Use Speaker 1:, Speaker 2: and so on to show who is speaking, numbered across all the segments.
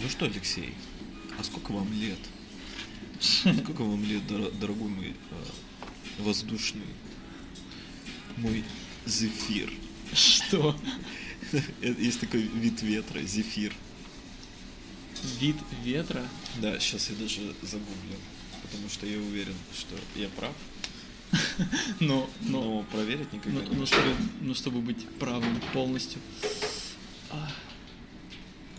Speaker 1: Ну что, Алексей, а сколько вам лет? Сколько вам лет, дор- дорогой мой э, воздушный, мой зефир?
Speaker 2: Что?
Speaker 1: Э, Есть такой вид ветра, зефир.
Speaker 2: Вид ветра?
Speaker 1: Да, сейчас я даже загуглю, потому что я уверен, что я прав,
Speaker 2: Но, но,
Speaker 1: но проверить никогда
Speaker 2: но,
Speaker 1: не
Speaker 2: но
Speaker 1: могу.
Speaker 2: чтобы, но ну чтобы быть правым полностью. А,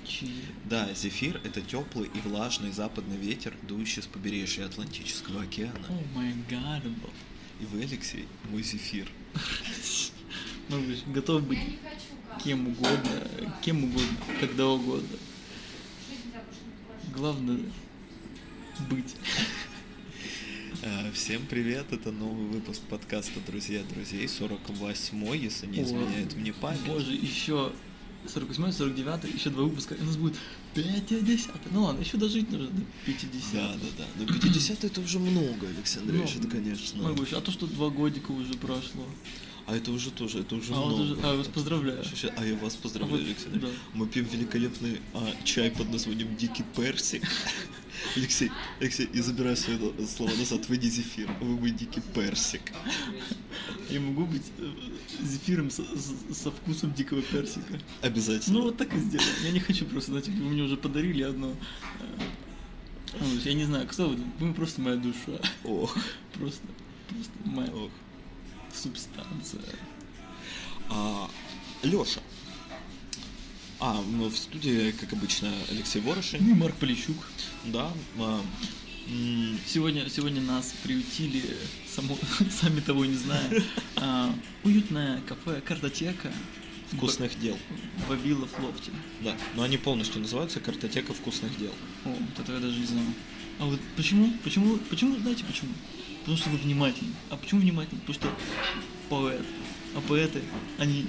Speaker 2: чи-
Speaker 1: Да, зефир — это теплый и влажный западный ветер, дующий с побережья Атлантического
Speaker 2: О
Speaker 1: океана.
Speaker 2: май гад, Боб.
Speaker 1: И вы, Алексей, мой зефир.
Speaker 2: Ну, вы ж готов быть
Speaker 3: Я не хочу гадить.
Speaker 2: кем угодно, кем угодно, когда угодно.
Speaker 3: Жизнь за больше не прожить.
Speaker 2: Главное быть.
Speaker 1: Э, Всем привет, это новый выпуск подкаста «Друзья друзей», 48-й, если не
Speaker 2: О,
Speaker 1: изменяет мне память.
Speaker 2: Боже, еще 48 49 еще два выпуска, и у нас будет 50 Ну ладно, еще дожить нужно до 50
Speaker 1: Да, да, да. Но 50 это уже много, Алексей Андреевич,
Speaker 2: Ну,
Speaker 1: это, конечно.
Speaker 2: Могу еще, а то, что два годика уже прошло.
Speaker 1: А это уже тоже, это уже
Speaker 2: а, вот
Speaker 1: много.
Speaker 2: уже- а, я вас поздравляю.
Speaker 1: Щас- щас- а я вас
Speaker 2: А
Speaker 1: поздравляю,
Speaker 2: вот-
Speaker 1: Алексей
Speaker 2: да.
Speaker 1: Андреевич. Мы пьем великолепный а, чай под названием «Дикий персик». Алексей, Алексей, я забираю свои л- слова назад, вы не зефир, вы мой дикий персик.
Speaker 2: Я могу быть э, зефиром со, с- со вкусом дикого персика.
Speaker 1: Обязательно.
Speaker 2: Ну вот так и сделаем. Я не хочу просто, знаете, вы мне уже подарили одно. э, ну, Я не знаю, кто вы, вы просто моя душа.
Speaker 1: Ох,
Speaker 2: Просто, просто моя
Speaker 1: ох.
Speaker 2: субстанция.
Speaker 1: А, Леша. А, ну, в студии, как обычно, Алексей Ворошин.
Speaker 2: Ну и Марк Полищук.
Speaker 1: Да. а, м,
Speaker 2: Сегодня, сегодня нас приютили, само, сами того не зная, а, уютное кафе «Картотека» в
Speaker 1: вкусных дел.
Speaker 2: Ба- Вавилов Лофте.
Speaker 1: Да. Но они полностью называются «Картотека вкусных дел».
Speaker 2: О, вот этого я даже не знал. А вот почему, почему, почему, знаете почему? Потому что вы внимательны. А почему внимательны? Потому что поэт. А поэты, они,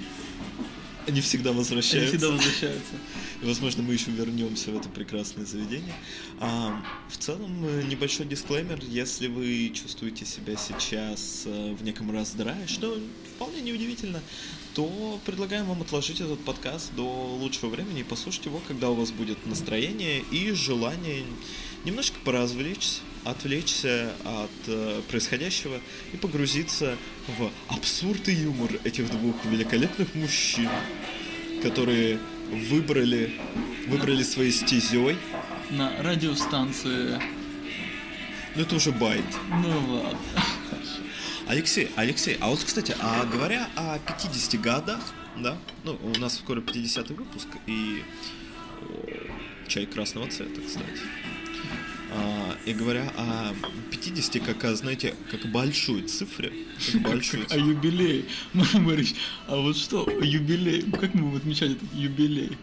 Speaker 1: Они всегда
Speaker 2: они
Speaker 1: возвращаются.
Speaker 2: всегда возвращаются.
Speaker 1: И, возможно, мы еще вернемся в это прекрасное заведение. А, в целом, э, небольшой дисклеймер, если вы чувствуете себя сейчас э, в неком раздрае, что вполне неудивительно, то предлагаем вам отложить этот подкаст до лучшего времени и послушать его, когда у вас будет настроение и желание немножко поразвлечься, отвлечься от э, происходящего и погрузиться в абсурд и юмор этих двух великолепных мужчин которые выбрали, выбрали своей стезей.
Speaker 2: На радиостанции,
Speaker 1: Ну это уже байт.
Speaker 2: ну ладно.
Speaker 1: Алексей, Алексей, а вот, кстати, а говоря о 50 годах, да, ну, у нас скоро 50-й выпуск, и о, чай красного цвета, кстати. А, и говоря о 50 как о, знаете, как о большой цифре, как большой
Speaker 2: А юбилей, Марк Борисович, а вот что, юбилей, как мы будем отмечать этот юбилей?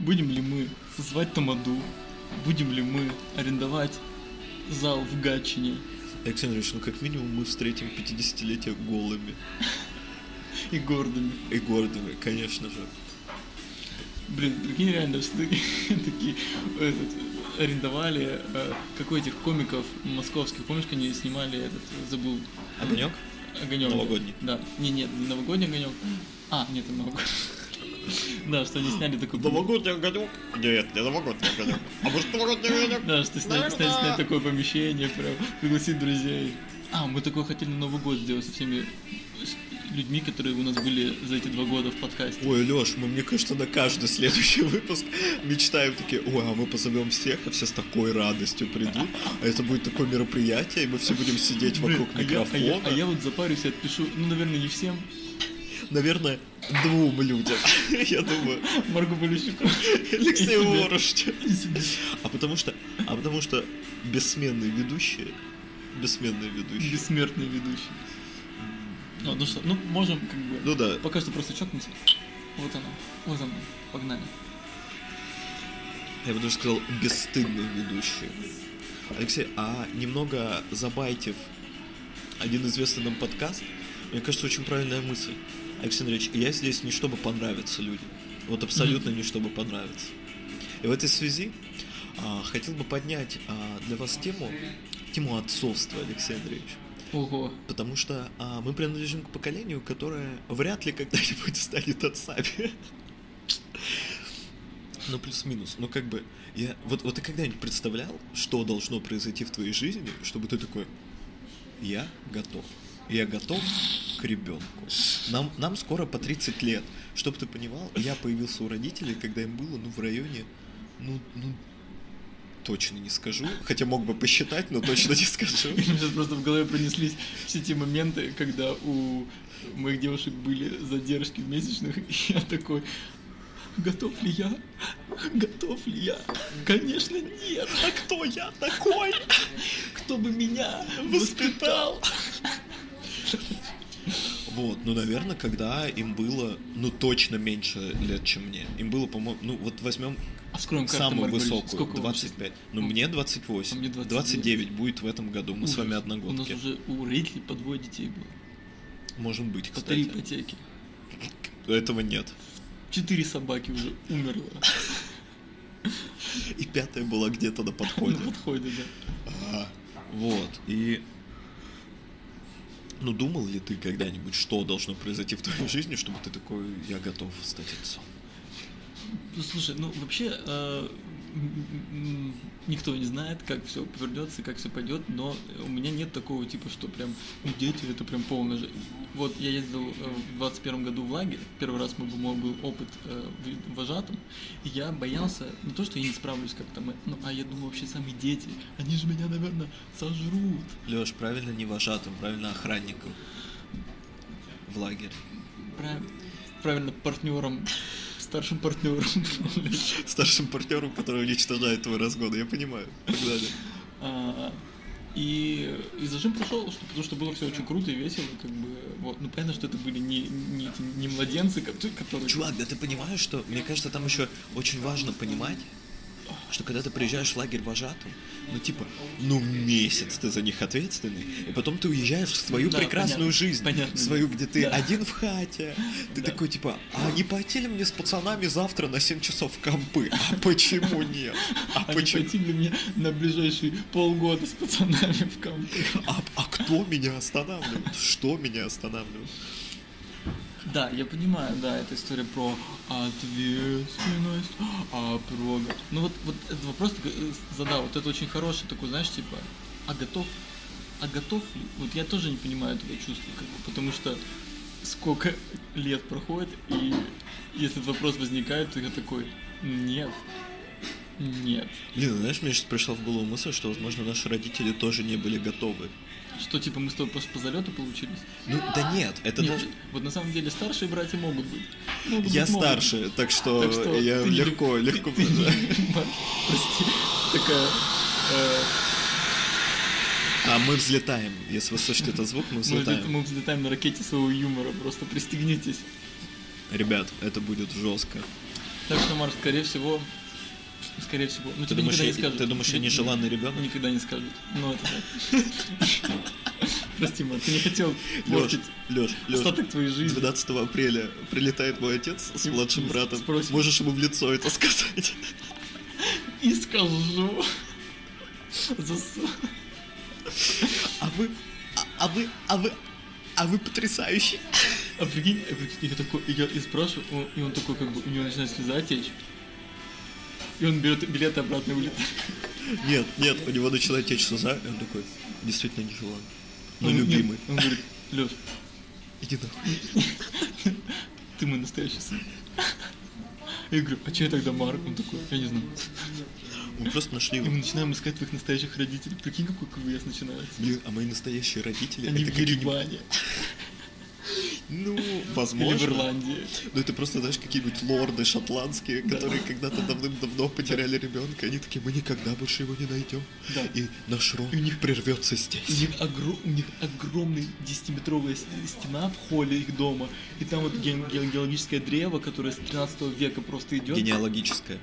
Speaker 2: Будем ли мы звать Тамаду? Будем ли мы арендовать зал в Гатчине?
Speaker 1: Александр Ильич, ну как минимум мы встретим 50-летие голыми
Speaker 2: и гордыми.
Speaker 1: и гордыми, конечно же.
Speaker 2: Блин, прикинь, реально, что ты- такие этот, арендовали э, какой этих комиков московских, помнишь, они снимали этот, забыл,
Speaker 1: Огонек?
Speaker 2: огонек.
Speaker 1: Новогодний.
Speaker 2: Да. Не, нет, не новогодний огонек. А, нет, это новогодний. Да, что они сняли такой.
Speaker 1: Новогодний огонек? Нет, не новогодний огонек. А может новогодний огонек?
Speaker 2: Да, что сняли, сняли, сняли такое помещение, прям пригласить друзей. А, мы такое хотели на Новый год сделать со всеми с- людьми, которые у нас были за эти два года в подкасте.
Speaker 1: Ой, Леш, мы, мне кажется, на каждый следующий выпуск мечтаем такие, ой, а мы позовем всех, а все с такой радостью придут, а это будет такое мероприятие, и мы все будем сидеть
Speaker 2: Блин,
Speaker 1: вокруг
Speaker 2: а я- а я-
Speaker 1: микрофона.
Speaker 2: А я вот запарюсь и отпишу, ну, наверное, не всем,
Speaker 1: Наверное, двум людям, я думаю,
Speaker 2: Марго Полищуку.
Speaker 1: Алексею
Speaker 2: тебе.
Speaker 1: Ворошичу. А потому что, а потому что бессменные ведущие, бессменные ведущие.
Speaker 2: Бессмертный ведущий. Ну, ну что, ну можем как бы...
Speaker 1: Ну да,
Speaker 2: Пока что просто чокнуться. Вот оно, вот оно, погнали.
Speaker 1: Я бы даже сказал, бесстыдные ведущие. Алексей, а немного забайтив один известный нам подкаст, мне кажется, очень правильная мысль. Алексей Андреевич, я здесь не чтобы понравиться людям. Вот абсолютно не чтобы понравиться. И в этой связи а, хотел бы поднять а, для вас тему, тему отцовства, Алексей Андреевич.
Speaker 2: Ого.
Speaker 1: Потому что а, мы принадлежим к поколению, которое вряд ли когда-нибудь станет отцами. Ну, плюс-минус. Ну, как бы, я... Вот, вот ты когда-нибудь представлял, что должно произойти в твоей жизни, чтобы ты такой, я готов. Я готов к ребенку. Нам, нам скоро по 30 лет. Чтоб ты понимал, я появился у родителей, когда им было, ну, в районе, ну, ну, точно не скажу. Хотя мог бы посчитать, но точно не скажу.
Speaker 2: У меня сейчас просто в голове пронеслись все те моменты, когда у моих девушек были задержки в месячных, и я такой, готов ли я? Готов ли я? Конечно нет! А кто я такой? Кто бы меня воспитал?
Speaker 1: Вот, ну, наверное, когда им было, ну, точно меньше лет, чем мне. Им было, по-моему, ну, вот возьмем
Speaker 2: А скроем карту,
Speaker 1: самую
Speaker 2: Марк Борисович,
Speaker 1: высокую,
Speaker 2: сколько вам
Speaker 1: 25. Ну,
Speaker 2: Ну,
Speaker 1: мне
Speaker 2: а
Speaker 1: 28.
Speaker 2: мне
Speaker 1: 29.
Speaker 2: 29.
Speaker 1: будет в этом году. Мы с
Speaker 2: Ужас.
Speaker 1: вами
Speaker 2: У нас
Speaker 1: одногодки.
Speaker 2: уже у родителей по двое детей было.
Speaker 1: Может быть,
Speaker 2: По три
Speaker 1: кстати.
Speaker 2: ипотеки.
Speaker 1: Этого нет.
Speaker 2: Четыре собаки уже умерло.
Speaker 1: И пятая была где-то на
Speaker 2: На
Speaker 1: подходе.
Speaker 2: подходе, да.
Speaker 1: Ага. Вот. И... Ну, думал ли ты когда-нибудь, что должно произойти в твоей жизни, чтобы ты такой, я готов стать отцом?
Speaker 2: Ну, слушай, ну вообще э, м- м- никто не знает, как все повернется, как все пойдет, но у меня нет такого типа, что прям ну, дети это прям полная жизнь. Вот я ездил э, в 21 году в лагерь, первый раз мой был, мой был опыт э, в- вожатым, и я боялся, не то, что я не справлюсь как-то, мы- ну, а я думал вообще сами дети, они же меня, наверное, сожрут.
Speaker 1: Леш, правильно не вожатым, правильно охранником в лагерь.
Speaker 2: Прав- Правильно, партнером, старшим партнером.
Speaker 1: Старшим партнером, который уничтожает твой разгон, я понимаю. Погнали.
Speaker 2: А, И, и зажим прошел, что, потому что было все очень круто и весело, как бы, вот, ну понятно, что это были не, не, эти- не младенцы, ко- которые...
Speaker 1: Чувак, да ты понимаешь, что, мне кажется, там еще очень важно понимать, что когда ты приезжаешь в лагерь вожатым, ну типа, ну месяц ты за них ответственный, и потом ты уезжаешь в свою
Speaker 2: Да,
Speaker 1: прекрасную
Speaker 2: понятно,
Speaker 1: жизнь,
Speaker 2: понятно,
Speaker 1: свою, где ты
Speaker 2: да.
Speaker 1: один в хате, ты
Speaker 2: Да.
Speaker 1: такой типа, а не пойти ли мне с пацанами завтра на 7 часов в компы? А почему нет? А
Speaker 2: Они
Speaker 1: почему?
Speaker 2: пойти для меня на ближайшие полгода с пацанами в камп.
Speaker 1: А, а кто меня останавливает? Что меня останавливает?
Speaker 2: Да, я понимаю, да, это история про ответственность, а про... Ну вот, вот этот вопрос ты, э, задал, вот это очень хороший такой, знаешь, типа, а готов? А готов ли? Вот я тоже не понимаю этого чувства, как бы, потому что сколько лет проходит, и если этот вопрос возникает, то я такой, нет, нет.
Speaker 1: Блин, ну знаешь, мне сейчас пришла в голову мысль, что, возможно, наши родители тоже не были готовы.
Speaker 2: Что, типа, мы с тобой просто по залету получились?
Speaker 1: Ну, да нет, это
Speaker 2: Нет,
Speaker 1: даже...
Speaker 2: Вот на самом деле старшие братья могут быть. Могут
Speaker 1: Я
Speaker 2: быть, могут быть.
Speaker 1: старше, так что,
Speaker 2: Так что
Speaker 1: я
Speaker 2: ты не-
Speaker 1: легко, легко...
Speaker 2: Ты- Марк, Прости, такая... э,
Speaker 1: А мы взлетаем. Если вы слышите этот звук, мы
Speaker 2: мы взлет-
Speaker 1: взлетаем.
Speaker 2: Мы взлетаем на ракете своего юмора, просто пристегнитесь.
Speaker 1: Ребят, это будет жестко.
Speaker 2: Ну, Так что, Марк, скорее всего... Скорее всего. Ну,
Speaker 1: Ты
Speaker 2: тебе
Speaker 1: думаешь,
Speaker 2: никогда
Speaker 1: я,
Speaker 2: не скажут.
Speaker 1: ты думаешь, я
Speaker 2: Ни-
Speaker 1: нежеланный ребенок?
Speaker 2: Никогда не скажут. Ну, это так. Прости, Марк, ты не хотел
Speaker 1: Леш,
Speaker 2: портить
Speaker 1: Леш, Леш,
Speaker 2: остаток твоей жизни.
Speaker 1: 12 апреля прилетает мой отец с
Speaker 2: И
Speaker 1: младшим
Speaker 2: с-
Speaker 1: братом.
Speaker 2: спросит.
Speaker 1: Можешь ему в лицо это сказать?
Speaker 2: И скажу. Засу-
Speaker 1: А вы, а- а вы, а вы, а вы потрясающий.
Speaker 2: А прикинь, а прикинь, я такой, и я и спрашиваю, он- и он такой, как бы, у него начинает слеза течь. И он берет билеты обратно и улетает.
Speaker 1: Нет, нет, у него начинает течь слеза, и он такой, действительно нежеланный. Но
Speaker 2: Он-
Speaker 1: любимый.
Speaker 2: нет, Ну, Он говорит, Леш,
Speaker 1: Иди нахуй.
Speaker 2: ты мой настоящий сын. Я говорю, а че я тогда Марк? Он такой, я не знаю.
Speaker 1: Мы просто нашли
Speaker 2: И
Speaker 1: его.
Speaker 2: мы начинаем искать твоих настоящих родителей. Прикинь, какой квест начинается.
Speaker 1: Блин, а мои настоящие родители
Speaker 2: Они
Speaker 1: это
Speaker 2: в
Speaker 1: какие-нибудь-
Speaker 2: Ереване
Speaker 1: Ну,
Speaker 2: или в
Speaker 1: возможно.
Speaker 2: Ирландии.
Speaker 1: Ну, это просто, знаешь, какие-нибудь лорды шотландские,
Speaker 2: Да.
Speaker 1: которые когда-то давным-давно потеряли ребенка. Они такие, мы никогда больше его не найдем.
Speaker 2: Да.
Speaker 1: И наш род
Speaker 2: И у них-
Speaker 1: прервется
Speaker 2: У
Speaker 1: здесь.
Speaker 2: них, огро- у них огромная 10-метровая с- стена в холле их дома. И там вот ген- ген- геологическое древо, которое с 13 века просто идет.
Speaker 1: Генеалогическое.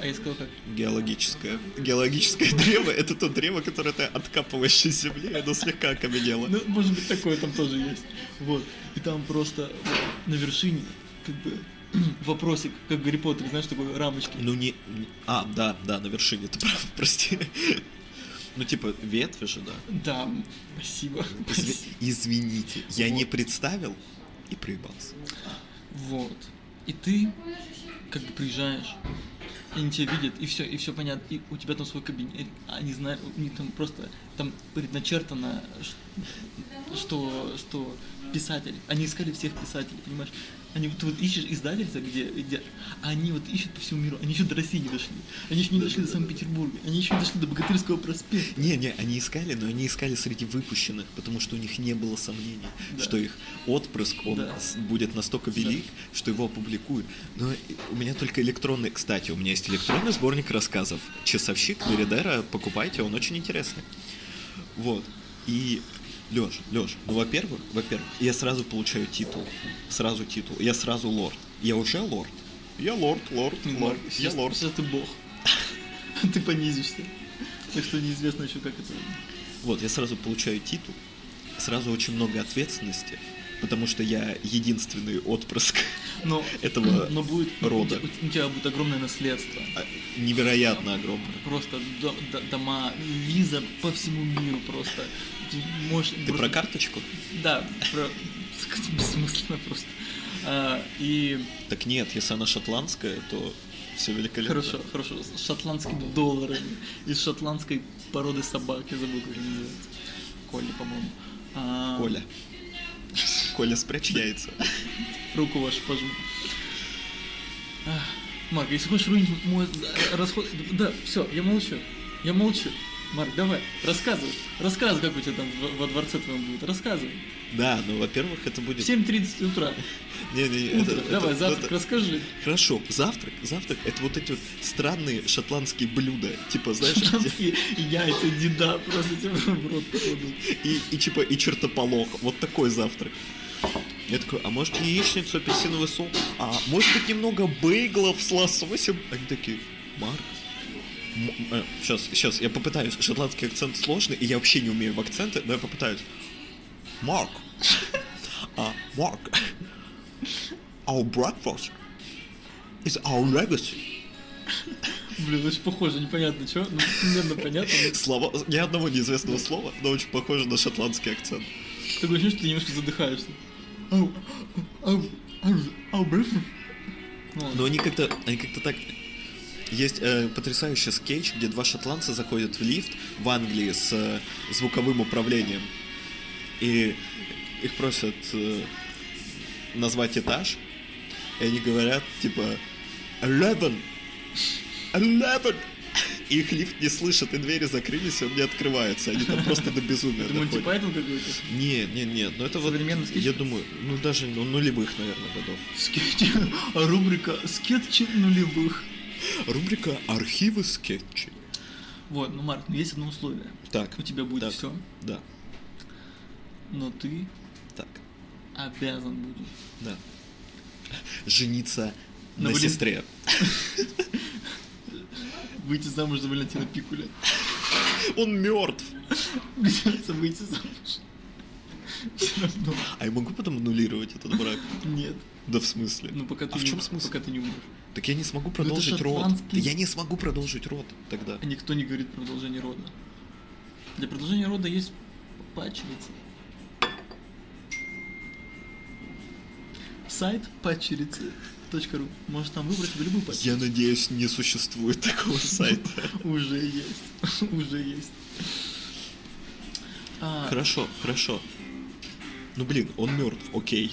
Speaker 2: А я сказал как?
Speaker 1: Геологическое. Геологическое древо — это то древо, которое ты откапываешь из земли, и оно слегка окаменело.
Speaker 2: Ну, может быть, такое там тоже есть. Вот. И там просто вот на вершине, как бы, вопросик, как в Гарри Поттере, знаешь, такой рамочки.
Speaker 1: Ну не... не- А, да, да, на вершине, ты прав, прости. Ну типа ветви же, да.
Speaker 2: Да, спасибо.
Speaker 1: Изв- Извините, я не
Speaker 2: Вот.
Speaker 1: представил и проебался.
Speaker 2: Вот. И ты, как бы, приезжаешь, они тебя видят, и все, и все понятно, и у тебя там свой кабинет, а они знают, у них там просто, там предначертано, ш- что, что писатель, они искали всех писателей, понимаешь? Они вот, ты вот ищешь издательство, где, где, а они вот ищут по всему миру, они еще до России не дошли, они еще не дошли до Санкт-Петербурга, они еще не дошли до Богатырского проспекта.
Speaker 1: Не-не, они искали, но они искали среди выпущенных, потому что у них не было сомнений,
Speaker 2: Да.
Speaker 1: что их отпрыск, он
Speaker 2: Да.
Speaker 1: с- будет настолько велик, что его опубликуют. Но и- у меня только электронный... Кстати, у меня есть электронный сборник рассказов. «Часовщик» Деридера, покупайте, он очень интересный. Вот. И, Лёш, Лёш, ну, во-первых, во-первых, я сразу получаю титул. Сразу титул. Я сразу лорд. Я уже лорд. Ну, Я лорд, лорд,
Speaker 2: Не
Speaker 1: лорд.
Speaker 2: знаю,
Speaker 1: Я
Speaker 2: сейчас-
Speaker 1: лорд.
Speaker 2: сейчас ты бог. Ты понизишься. Так что неизвестно еще, как это...
Speaker 1: Вот, я сразу получаю титул, сразу очень много ответственности, потому что я единственный отпрыск
Speaker 2: Но,
Speaker 1: этого
Speaker 2: но будет...
Speaker 1: рода.
Speaker 2: У тебя, у тебя будет огромное наследство.
Speaker 1: а, невероятно огромного.
Speaker 2: Просто до- до- дома, виза по всему миру просто. Ты можешь...
Speaker 1: Ты
Speaker 2: просто-
Speaker 1: про карточку?
Speaker 2: Да, про... Бессмысленно просто. А, и
Speaker 1: Так нет, если она шотландская, то все великолепно.
Speaker 2: хорошо, хорошо, с шотландскими долларами, из шотландской породы собак, я забыл, как они называются. Коля, по-моему. А,
Speaker 1: Коля. Коля, спрячь яйца.
Speaker 2: Руку вашу пожму. Ах, Марк, если хочешь руинить мой за- расход... Да, все, я молчу. Я молчу. Марк, давай, рассказывай. Рассказывай, как у тебя там во- во дворце твоем будет. Рассказывай.
Speaker 1: Да, ну, во-первых, это
Speaker 2: В
Speaker 1: будет...
Speaker 2: 7.30 утра.
Speaker 1: Не, не, не, это-
Speaker 2: Утро.
Speaker 1: это-
Speaker 2: давай,
Speaker 1: ну,
Speaker 2: завтрак,
Speaker 1: это-
Speaker 2: расскажи.
Speaker 1: Хорошо, завтрак, завтрак, это вот эти вот странные шотландские блюда, типа, знаешь, где-
Speaker 2: Шотландские яйца, деда, просто тебе в рот походу.
Speaker 1: и, и типа и чертополох. Вот такой завтрак. Я такой, а может яичницу, апельсиновый сок? А может быть немного бейглов с лососем? Они такие, Марк, сейчас, сейчас, я попытаюсь. Шотландский акцент сложный, и я вообще не умею в акценты, но я попытаюсь. Марк, а, Марк, our breakfast is our legacy.
Speaker 2: Блин, очень похоже, непонятно что. Ну, примерно понятно. но
Speaker 1: Слова, ни одного неизвестного слова, но очень похоже на шотландский акцент.
Speaker 2: Такое ощущение, что ты немножко задыхаешься. Ау, ау, ау, ау, брыф. Ну, ладно.
Speaker 1: Но они как-то, они как-то так... Есть э, потрясающий скетч, где два шотландца заходят в лифт в Англии с э, звуковым управлением. И их просят э, назвать этаж. И они говорят, типа, «Eleven! Eleven!» И их лифт не слышит, и двери закрылись, и он не открывается. Они там просто до безумия
Speaker 2: Это Монти
Speaker 1: доходят.
Speaker 2: Пайтон какой-то?
Speaker 1: Нет, нет, нет, ну это вот,
Speaker 2: типа, Современный скетч?
Speaker 1: я думаю, ну даже ну, нулевых, наверное, годов.
Speaker 2: Скетч. А рубрика «Скетчи нулевых».
Speaker 1: Рубрика «Архивы скетчей».
Speaker 2: Вот, ну, Марк, ну, есть одно условие.
Speaker 1: Так,
Speaker 2: У тебя будет
Speaker 1: Так.
Speaker 2: все,
Speaker 1: да,
Speaker 2: но ты
Speaker 1: так,
Speaker 2: обязан будешь.
Speaker 1: да. Жениться
Speaker 2: На
Speaker 1: на,
Speaker 2: Вален-
Speaker 1: сестре.
Speaker 2: Выйти замуж за Валентина Пикуля.
Speaker 1: Он мертв.
Speaker 2: Придется выйти замуж. Все равно.
Speaker 1: А я могу потом аннулировать этот брак?
Speaker 2: Нет.
Speaker 1: Да в смысле?
Speaker 2: Ну пока ты
Speaker 1: а в
Speaker 2: не
Speaker 1: чем
Speaker 2: умрешь,
Speaker 1: смысл?
Speaker 2: Пока ты не умрешь.
Speaker 1: Так я не смогу продолжить род.
Speaker 2: шотландский.
Speaker 1: Да я не смогу продолжить род тогда.
Speaker 2: А никто не говорит продолжение рода. Для продолжения рода есть пачерица. Сайт пачерицы.ру. Можешь там выбрать себе любую пачерицу.
Speaker 1: Я надеюсь, не существует такого сайта.
Speaker 2: Уже есть. Уже есть. А,
Speaker 1: Хорошо, хорошо. Ну блин, он мертв, окей.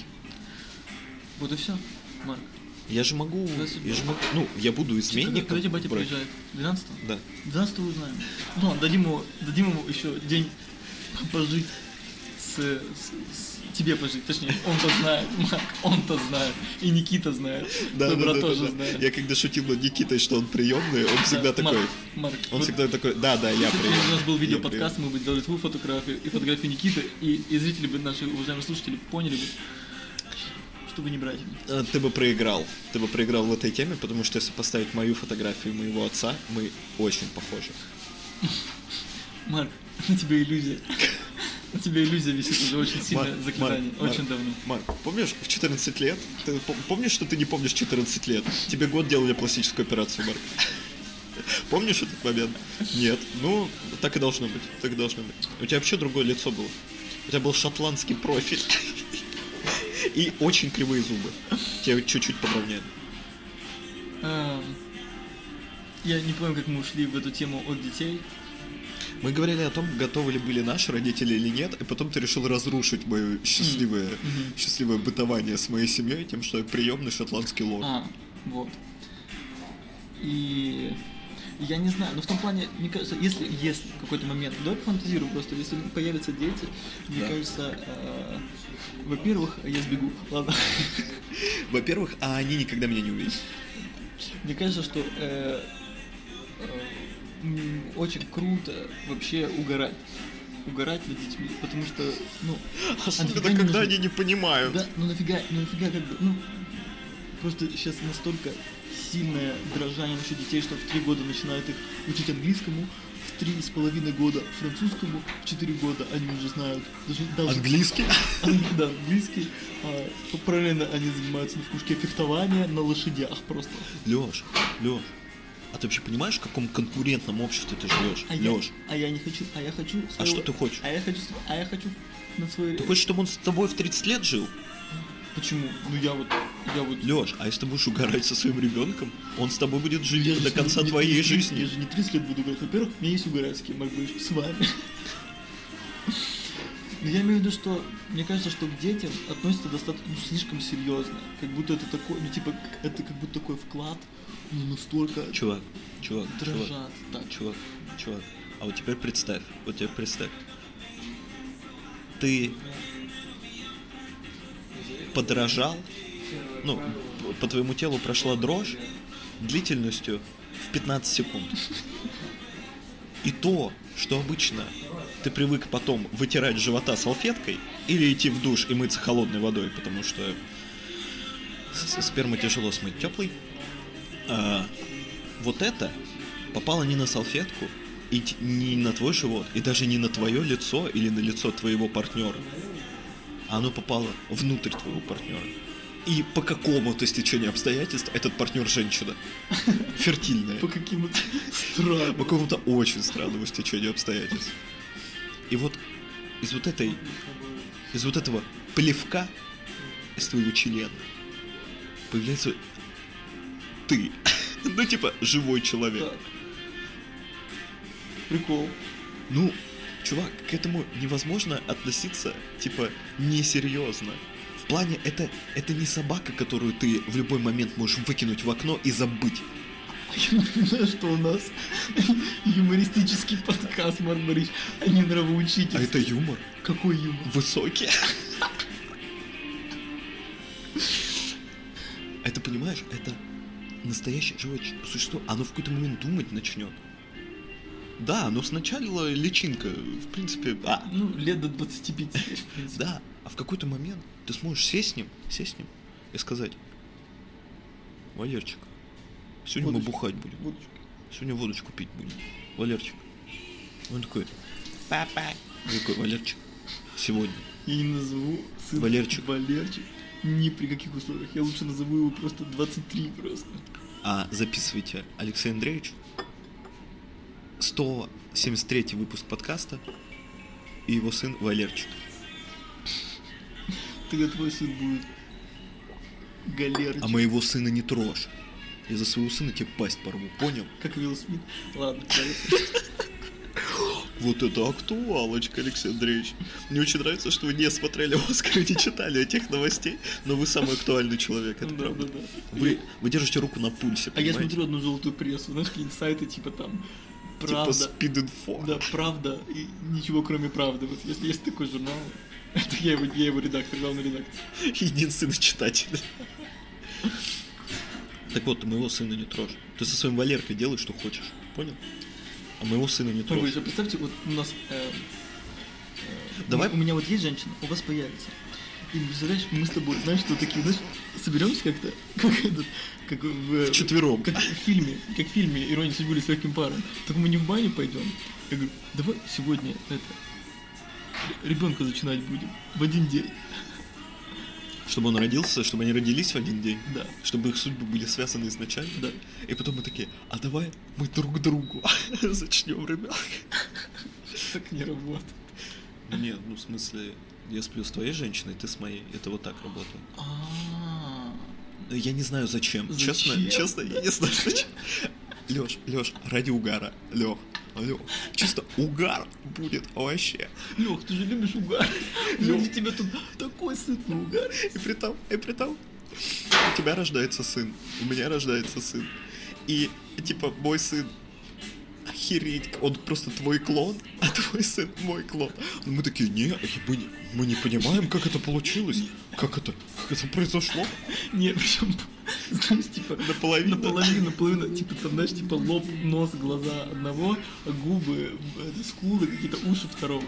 Speaker 2: вот и все, Марк.
Speaker 1: Я же могу,
Speaker 2: Твоя судьба.
Speaker 1: я же могу, ну, я буду
Speaker 2: Когда,
Speaker 1: изменником.
Speaker 2: когда тебя батя
Speaker 1: в браке.
Speaker 2: приезжает? 12
Speaker 1: Да.
Speaker 2: 12 узнаем. Ну, ладно, дадим ему, дадим ему еще день пожить. С, с- с- тебе пожить, точнее, он-то знает, Марк, он-то знает, и Никита знает, твой брат тоже знает.
Speaker 1: Я когда шутил над Никитой, что он приемный, он всегда
Speaker 2: Да,
Speaker 1: такой.
Speaker 2: Марк, Марк,
Speaker 1: Он
Speaker 2: вот
Speaker 1: всегда такой, да, да, я
Speaker 2: если бы
Speaker 1: приемный.
Speaker 2: у нас был
Speaker 1: я
Speaker 2: видеоподкаст, мы бы делали твою фотографию и фотографию Никиты, и, и зрители бы, наши уважаемые слушатели, поняли бы, что вы не братья.
Speaker 1: приемный. Э, Ты бы проиграл. Ты бы проиграл в этой теме, потому что если поставить мою фотографию и моего отца, мы очень похожи.
Speaker 2: Марк, на тебе иллюзия. На тебе иллюзия висит уже очень сильное
Speaker 1: Марк,
Speaker 2: заклинание,
Speaker 1: Марк,
Speaker 2: очень
Speaker 1: Марк,
Speaker 2: давно.
Speaker 1: Марк, помнишь, в 14 лет, ты пом- помнишь, что ты не помнишь 14 лет? Тебе год делали пластическую операцию, Марк. Помнишь этот момент? Нет. Ну, так и должно быть. Так и должно быть. У тебя вообще другое лицо было. У тебя был шотландский профиль. И очень кривые зубы. Тебя чуть-чуть подровняли.
Speaker 2: Эм, Я не понял, как мы ушли в эту тему от детей.
Speaker 1: Мы говорили о том, готовы ли были наши родители или нет, и потом ты решил разрушить мое счастливое,
Speaker 2: Мгм.
Speaker 1: счастливое бытование с моей семьей тем, что я приемный шотландский лорд.
Speaker 2: А, вот. И я не знаю, но в том плане, мне кажется, если, если в какой-то момент, давай пофантазируем просто, если появятся дети, мне
Speaker 1: Да.
Speaker 2: кажется, э, во-первых, я сбегу, ладно.
Speaker 1: Во-первых, а они никогда меня не увидят.
Speaker 2: Мне кажется, что э, э, м, очень круто вообще угорать. Угорать над детьми, потому что, ну,
Speaker 1: Особенно,
Speaker 2: они не
Speaker 1: когда
Speaker 2: нужны.
Speaker 1: они не понимают.
Speaker 2: Да, ну нафига, ну нафига как бы, ну, просто сейчас настолько сильное дрожание насчет детей, что в три года начинают их учить английскому, в три с половиной года французскому, в четыре года они уже знают даже, даже
Speaker 1: Английский?
Speaker 2: ан- да, английский, а, параллельно они занимаются на кружке фехтования на лошадях просто.
Speaker 1: Лёш, Лёш, а ты вообще понимаешь, в каком конкурентном обществе ты живешь?
Speaker 2: А я,
Speaker 1: Лёш,
Speaker 2: а я не хочу, а я хочу...
Speaker 1: а что ты хочешь?
Speaker 2: А я хочу, с- а я хочу на свой...
Speaker 1: Ты хочешь, чтобы он с тобой в 30 лет жил?
Speaker 2: Почему? Ну я вот, я вот...
Speaker 1: Лёш, а если ты будешь угорать со своим ребенком, он с тобой будет жить
Speaker 2: Я же
Speaker 1: до
Speaker 2: с-
Speaker 1: конца
Speaker 2: не- не-
Speaker 1: твоей
Speaker 2: не-
Speaker 1: жизни.
Speaker 2: Я же не 30 лет буду играть. Во-первых, у меня есть угорать с кем, Марк Борисович, с вами. Но я имею в виду, что мне кажется, что к детям относятся достаточно ну, слишком серьезно. Как будто это такой, ну типа, это как будто такой вклад, ну настолько
Speaker 1: Чувак, чувак, чувак,
Speaker 2: дрожат. Так,
Speaker 1: чувак, чувак. А вот теперь представь, вот теперь представь. Ты подорожал, ну, п- по твоему телу прошла дрожь длительностью в 15 секунд. И то, что обычно ты привык потом вытирать с живота салфеткой или идти в душ и мыться холодной водой, потому что с- сперму тяжело смыть теплый, вот это попало не на салфетку, и т- не на твой живот, и даже не на твое лицо или на лицо твоего партнера. А оно попало внутрь твоего партнера. И по какому-то стечению обстоятельств этот партнер женщина. Фертильная.
Speaker 2: по каким-то странным.
Speaker 1: По какому-то очень странному стечению обстоятельств. И вот из вот этой, из вот этого плевка из твоего члена появляется ты. Ну, типа, живой человек.
Speaker 2: Так. Прикол.
Speaker 1: Ну, чувак, к этому невозможно относиться, типа, несерьезно. В плане, это, это не собака, которую ты в любой момент можешь выкинуть в окно и забыть.
Speaker 2: А Я напоминаю, что у нас юмористический подкаст, Марк Борисович, а не нравоучитель.
Speaker 1: А это юмор.
Speaker 2: Какой юмор?
Speaker 1: Высокий. Это, понимаешь, это настоящее живое ч- существо. Оно в какой-то момент думать начнет. Да, оно сначала личинка, в принципе, а,
Speaker 2: Ну, лет до 25, в принципе.
Speaker 1: Да, а в какой-то момент ты сможешь сесть с ним, сесть с ним и сказать, Валерчик, сегодня мы
Speaker 2: Водочку.
Speaker 1: бухать будем,
Speaker 2: Вот.
Speaker 1: сегодня водочку пить будем, Валерчик. Он такой, папа. Я такой, Валерчик, сегодня.
Speaker 2: Я не назову сына
Speaker 1: Валерчик.
Speaker 2: Валерчик. Ни при каких условиях. Я лучше назову его просто 23 просто.
Speaker 1: А записывайте, Алексей Андреевич, 173 выпуск подкаста и его сын Валерчик.
Speaker 2: Тогда твой сын будет Галерчик.
Speaker 1: А моего сына не трожь. Я за своего сына тебе пасть порву, понял?
Speaker 2: Как Вилл Смит. Ладно, короче.
Speaker 1: Вот это актуалочка, Алексей Андреевич. Мне очень нравится, что вы не смотрели Оскар и не читали этих новостей, но вы самый актуальный человек, это
Speaker 2: Да, да,
Speaker 1: правда.
Speaker 2: да.
Speaker 1: Вы, вы держите руку на пульсе,
Speaker 2: А я
Speaker 1: понимаете?
Speaker 2: смотрю одну желтую прессу, знаешь, какие сайты типа там
Speaker 1: Типа
Speaker 2: Правда,
Speaker 1: спид-инфо.
Speaker 2: Да, правда, и ничего кроме правды. Вот если есть такой журнал, это я его, я его редактор, главный редактор.
Speaker 1: Единственный читатель. Так вот, ты моего сына не трожь. Ты со своим Валеркой делай, что хочешь, понял? А моего сына не
Speaker 2: Ой,
Speaker 1: трожь.
Speaker 2: а представьте, вот у нас... э, э,
Speaker 1: Давай-
Speaker 2: У меня вот есть женщина, у вас появится. И представляешь, мы с тобой, знаешь, что такие, знаешь, соберемся как-то, как этот, как в... э,
Speaker 1: Четвером.
Speaker 2: Как в фильме, как в фильме «Ирония судьбы» или «С легким паром». Так мы не в баню пойдем. Я говорю, давай сегодня это... Ребенка зачинать будем. В один день.
Speaker 1: Чтобы он родился, чтобы они родились в один день.
Speaker 2: Да,
Speaker 1: Чтобы их судьбы были связаны изначально.
Speaker 2: да.
Speaker 1: И потом мы такие, а давай мы друг другу зачнем ребенка.
Speaker 2: Так не работает.
Speaker 1: Нет, ну в смысле, я сплю с твоей женщиной, ты с моей. Это вот так работает.
Speaker 2: А,
Speaker 1: Э, Я не знаю зачем.
Speaker 2: Зачем?
Speaker 1: Честно, честно, я не знаю зачем. Лёш, Лёш, ради угара, Лёх, Лёх, чисто угар будет вообще.
Speaker 2: Лех, ты же любишь угар.
Speaker 1: Лёх.
Speaker 2: Ради тебя тут такой сытный угар.
Speaker 1: И при том, и при том, у тебя рождается сын, у меня рождается сын. И, типа, мой сын охереть, он просто твой клон, а твой сын мой клон. Ну, мы такие, не, мы не, мы не понимаем, как это получилось, как это, как это произошло.
Speaker 2: Не, причем, знаешь, типа,
Speaker 1: Наполовину.
Speaker 2: наполовину, наполовину, типа, там, знаешь, типа, лоб, нос, глаза одного, а губы, э, скулы, какие-то уши второго.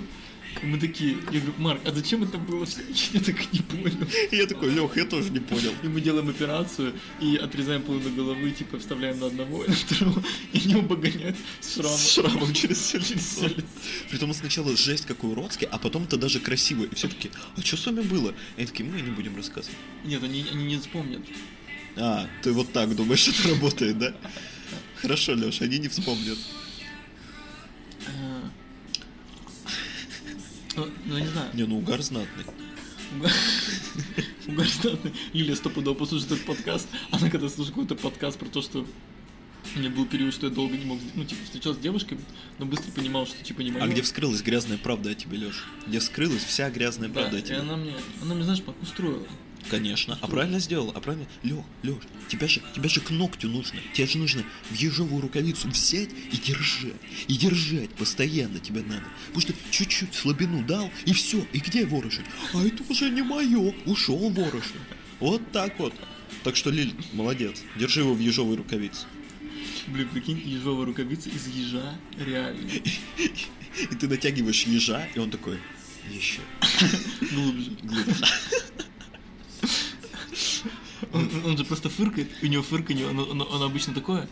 Speaker 2: И мы такие, я говорю, Марк, а зачем это было? всё?» Я так и не понял.
Speaker 1: И я такой, Лех, я тоже не понял.
Speaker 2: И мы делаем операцию и отрезаем половину головы, типа вставляем на одного и на второго, и они оба гоняют с шрамом.
Speaker 1: С шрамом через все лицо.
Speaker 2: Через всё
Speaker 1: Притом сначала жесть как уродский, а потом это даже красиво. И все таки а что с вами было? И они такие, мы не будем рассказывать.
Speaker 2: Нет, они, они не вспомнят.
Speaker 1: А, ты вот так думаешь, это работает, да? Хорошо, Леша, они не вспомнят.
Speaker 2: А. Ну, ну, я не знаю.
Speaker 1: Не, ну угар знатный.
Speaker 2: Уга- Угар знатный. Лилия стопудово послушает этот подкаст. Она когда слушает какой-то подкаст про то, что у меня был период, что я долго не мог, ну, типа, встречался с девушкой, но быстро понимал, что, типа, не мое.
Speaker 1: А где вскрылась грязная правда о тебе, Леша? Где вскрылась вся грязная
Speaker 2: Да,
Speaker 1: правда типа? о
Speaker 2: и
Speaker 1: тебе?
Speaker 2: она мне, она мне, знаешь, так устроила.
Speaker 1: Конечно. А правильно сделал, а правильно? Лех, Леш, тебя же, тебя же к ногтю нужно. Тебе же нужно в ежовую рукавицу взять и держать. И держать постоянно тебе надо. Потому что чуть-чуть слабину дал, и все. И где ворышек? А это уже не мое. Ушел ворышек. Вот так вот. Так что, Лиль, молодец. Держи его в ежовой рукавице.
Speaker 2: Блин, прикинь, ежовая рукавица из ежа, реально.
Speaker 1: И ты натягиваешь ежа, и он такой, еще.
Speaker 2: Глубже. Он, он же просто фыркает, и у него фырканье, оно, оно- оно обычно такое.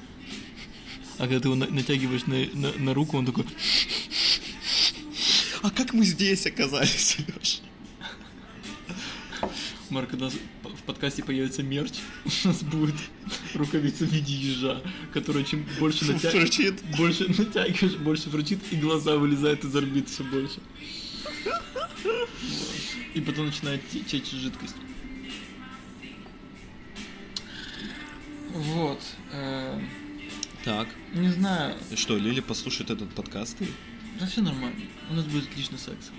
Speaker 2: А когда ты его на- натягиваешь на, на- на руку, он такой...
Speaker 1: А как мы здесь оказались, Леш?
Speaker 2: Марк, у нас п- в подкасте появится мерч, у нас будет рукавица в виде ежа, которая чем больше натягиваешь,
Speaker 1: Фурчит.
Speaker 2: больше натягиваешь, больше фручит, и глаза вылезают из орбит все больше. И потом начинает те- течь жидкость. Вот. э,
Speaker 1: Так,
Speaker 2: Не знаю,
Speaker 1: и что, Лили послушает этот подкаст? и-
Speaker 2: да все нормально. У нас будет отличный секс.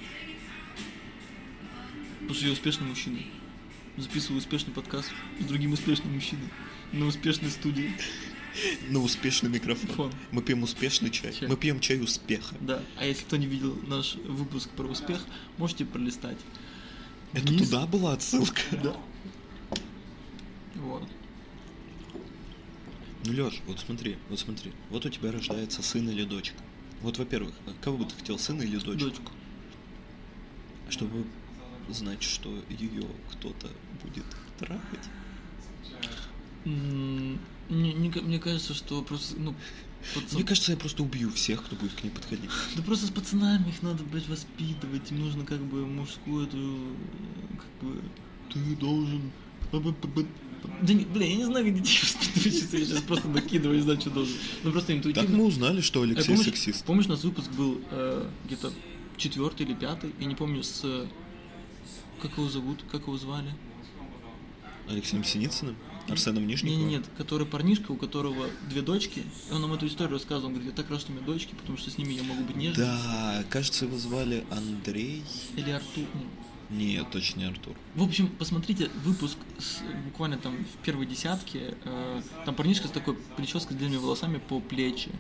Speaker 2: Потому что я успешный мужчина. Записываю успешный подкаст с другим успешным мужчиной. На успешной студии.
Speaker 1: На успешный микрофон.
Speaker 2: Фон.
Speaker 1: Мы пьем успешный чай.
Speaker 2: Чай.
Speaker 1: Мы пьем чай успеха.
Speaker 2: Да. А если кто не видел наш выпуск про успех, можете пролистать.
Speaker 1: Это
Speaker 2: Вниз.
Speaker 1: туда была отсылка?
Speaker 2: Да. Вот.
Speaker 1: Ну, Леш, вот смотри, вот смотри. Вот у тебя рождается сын или дочка. Вот, во-первых, э, кого бы ты хотел, сына или дочку?
Speaker 2: Дочку.
Speaker 1: Чтобы знать, что ее кто-то будет трахать.
Speaker 2: М, Мне, мне ка- мне кажется, что просто, ну, пацан-
Speaker 1: Мне кажется, я просто убью всех, кто будет к ней подходить.
Speaker 2: Да просто с пацанами их надо, блядь, воспитывать. Им нужно как бы мужскую эту... э, Как бы... Ты должен... Б-б-б-б. Да не, блин, я не знаю, как детей воспитывать, честно, я сейчас просто накидываю, не знаю, что должен. Ну просто
Speaker 1: Так
Speaker 2: интуитивно.
Speaker 1: мы узнали, что
Speaker 2: Э,
Speaker 1: Алексей
Speaker 2: помнишь,
Speaker 1: сексист.
Speaker 2: помнишь, у нас выпуск был э, где-то четвертый или пятый, я не помню, с... э, Как его зовут, как его звали?
Speaker 1: Алексеем Синицыным? Арсеном
Speaker 2: Не,
Speaker 1: Нижниковым?
Speaker 2: не, нет, который парнишка, у которого две дочки, и он нам эту историю рассказывал, он говорит, я так рад, что у меня дочки, потому что с ними я могу быть нежным.
Speaker 1: Да, кажется, его звали Андрей.
Speaker 2: Или Артур, ну,
Speaker 1: Нет, точно не Артур.
Speaker 2: В общем, посмотрите выпуск с- буквально там в первой десятке. э, там парнишка с такой прической с длинными волосами по плечи.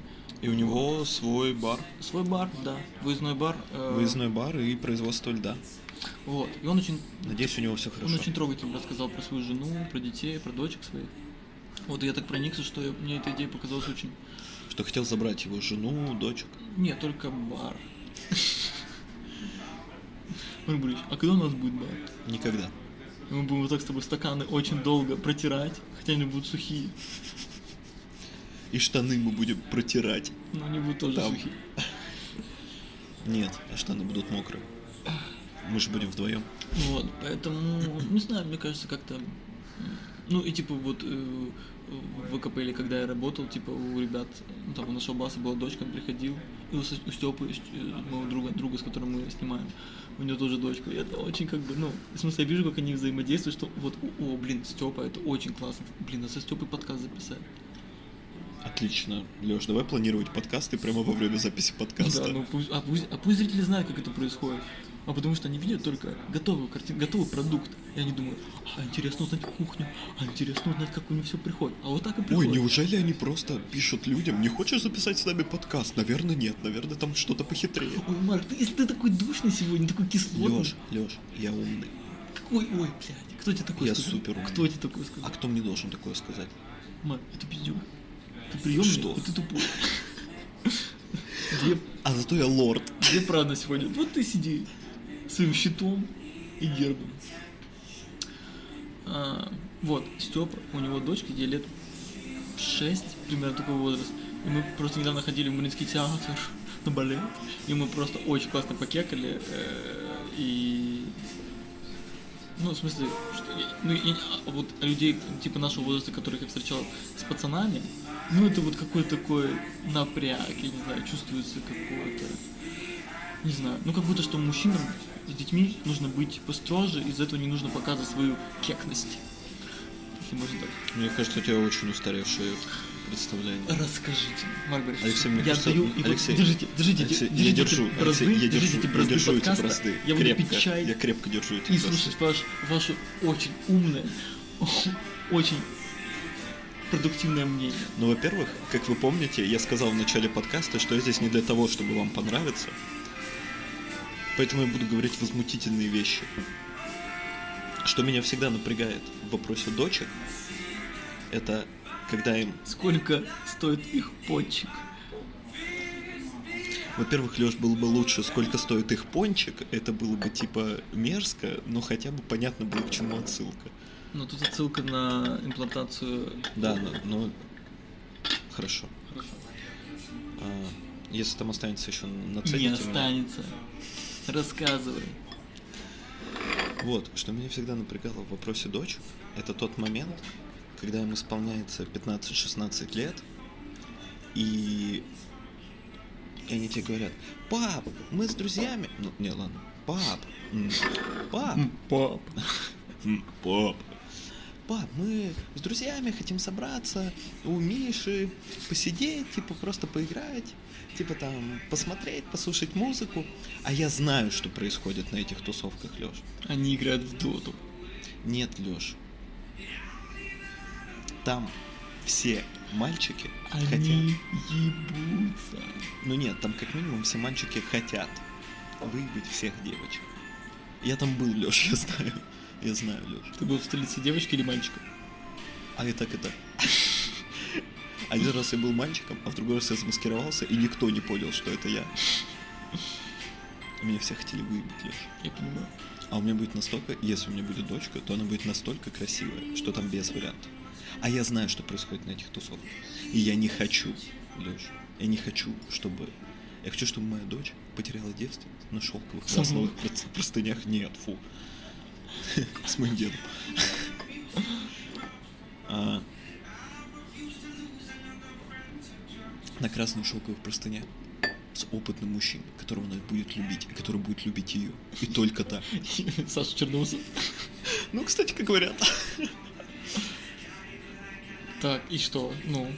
Speaker 1: И у него свой бар.
Speaker 2: Свой бар, да, выездной бар. э,
Speaker 1: Выездной бар и производство льда.
Speaker 2: Вот. И он очень,
Speaker 1: Надеюсь, у него все
Speaker 2: он
Speaker 1: хорошо.
Speaker 2: очень трогательно рассказал про свою жену, про детей, про дочек своих. Вот и я так проникся, что я- мне эта идея показалась очень...
Speaker 1: Что хотел забрать его жену, дочек.
Speaker 2: Нет, только бар. Марк Борисович, а когда у нас будет бар?
Speaker 1: Никогда.
Speaker 2: И мы будем вот так с тобой стаканы очень долго протирать, хотя они будут сухие,
Speaker 1: И штаны мы будем протирать.
Speaker 2: но они будут тоже
Speaker 1: Там.
Speaker 2: сухие.
Speaker 1: Нет, а штаны будут мокрые. Мы же будем вдвоем.
Speaker 2: Вот, поэтому, не знаю, мне кажется, как-то... м, Ну, и типа вот э, в ВКПЛе, когда я работал, типа у ребят, ну, там у нашего баса была дочка, он приходил, и у, Сас- у Степы, моего друга, друга, с которым мы снимаем, у него тоже дочка. И это очень как бы, ну, в смысле, я вижу, как они взаимодействуют, что вот, о, о, блин, Степа, это очень классно. Блин, а со Степой подкаст записать.
Speaker 1: Отлично. Леш, давай планировать подкасты прямо во время записи подкаста.
Speaker 2: Да, ну пусть, а, пусть, а пусть зрители знают, как это происходит. А потому что они видят только готовую картину, готовый продукт. И они думают, а интересно узнать кухню, а интересно узнать, как у них все приходит. А вот так и
Speaker 1: Ой,
Speaker 2: приходит.
Speaker 1: неужели они просто пишут людям, не хочешь записать с нами подкаст? Наверное, нет, наверное, там что-то похитрее.
Speaker 2: Ой, Марк, ты, если ты такой душный сегодня, такой кислотный.
Speaker 1: Леш, Леш, я умный.
Speaker 2: Какой, ой, блядь, кто тебе такое
Speaker 1: Я
Speaker 2: сказал?
Speaker 1: супер умный.
Speaker 2: Кто тебе такое сказал?
Speaker 1: А кто мне должен такое сказать?
Speaker 2: Марк, это пиздюк. Ты приемный,
Speaker 1: Что?
Speaker 2: и ты тупой. Две,
Speaker 1: А зато я лорд.
Speaker 2: две правда сегодня. Вот ты сиди своим щитом и гербом. А, вот, Степа, у него дочка, ей лет 6, примерно такой возраст. И мы просто недавно ходили в Мариинский театр на балет. И мы просто очень классно покекали. э, И... Ну, в смысле, что я- ну, я не- а вот людей типа нашего возраста, которых я встречал с пацанами, ну, это вот какой-то такой напряг, я не знаю, чувствуется какой-то... Не знаю, ну, как будто что мужчинам с детьми нужно быть построже, из-за этого не нужно показывать свою кекность. Если можно так
Speaker 1: Мне кажется, у тебя очень устаревшее представление.
Speaker 2: Расскажите, Маргарет.
Speaker 1: Алексей, мне
Speaker 2: я
Speaker 1: кажется,
Speaker 2: даю,
Speaker 1: ну,
Speaker 2: и вот
Speaker 1: Алексей,
Speaker 2: держите, держите,
Speaker 1: Алексей,
Speaker 2: держите,
Speaker 1: я держу,
Speaker 2: эти
Speaker 1: Алексей,
Speaker 2: бразды,
Speaker 1: я держу,
Speaker 2: держите
Speaker 1: я
Speaker 2: бразды
Speaker 1: держу эти
Speaker 2: подкаста,
Speaker 1: бразды.
Speaker 2: я буду
Speaker 1: крепко,
Speaker 2: пить чай
Speaker 1: я крепко держу эти
Speaker 2: и
Speaker 1: бразды.
Speaker 2: слушать ваш, ваше очень умное, очень продуктивное мнение.
Speaker 1: Ну, во-первых, как вы помните, я сказал в начале подкаста, что я здесь не для того, чтобы вам понравиться. Поэтому я буду говорить возмутительные вещи. Что меня всегда напрягает в вопросе дочек, это когда им...
Speaker 2: Сколько стоит их пончик?
Speaker 1: Во-первых, Леш, было бы лучше, сколько стоит их пончик, это было бы типа мерзко, но хотя бы понятно было, к чему отсылка.
Speaker 2: Ну, тут отсылка на имплантацию.
Speaker 1: Да, но... но- Хорошо.
Speaker 2: Хорошо.
Speaker 1: А, если там останется еще
Speaker 2: Не
Speaker 1: нацелите меня.
Speaker 2: останется. Рассказывай.
Speaker 1: типа, Вот, что меня всегда напрягало в вопросе дочек, это тот момент, когда им исполняется 15-16 лет, и... и они тебе говорят, пап, мы с друзьями... Ну, не, ладно, пап, м, пап,
Speaker 2: М, Пап.
Speaker 1: м, пап, пап, мы с друзьями хотим собраться у Миши, посидеть, типа просто поиграть, типа там посмотреть, послушать музыку. А я знаю, что происходит на этих тусовках, Леш.
Speaker 2: Они играют в доту.
Speaker 1: Нет, Лёш. Там все мальчики
Speaker 2: Они
Speaker 1: хотят.
Speaker 2: ебутся.
Speaker 1: Ну нет, там как минимум все мальчики хотят выебать всех девочек. Я там был, Лёш, я знаю. Я знаю, Лёш.
Speaker 2: Ты был в столице девочки или мальчика?
Speaker 1: А и так, и так. Один раз я был мальчиком, а в другой раз я замаскировался, и никто не понял, что это я. Меня все хотели выебать, Лёш.
Speaker 2: Я понимаю.
Speaker 1: А у меня будет настолько, если у меня будет дочка, то она будет настолько красивая, что там без вариантов. А я знаю, что происходит на этих тусовках. И я не хочу, Леш, я не хочу, чтобы... Я хочу, чтобы моя дочь потеряла девственность на шелковых
Speaker 2: Сама.
Speaker 1: красновых проц- простынях. Нет, фу. С моим дедом. А, На красных шелковых простынях с опытным мужчиной, которого она будет любить, и который будет любить ее. И только так.
Speaker 2: Саша Черноусов.
Speaker 1: Ну, кстати, как говорят.
Speaker 2: Так, и что? Ну,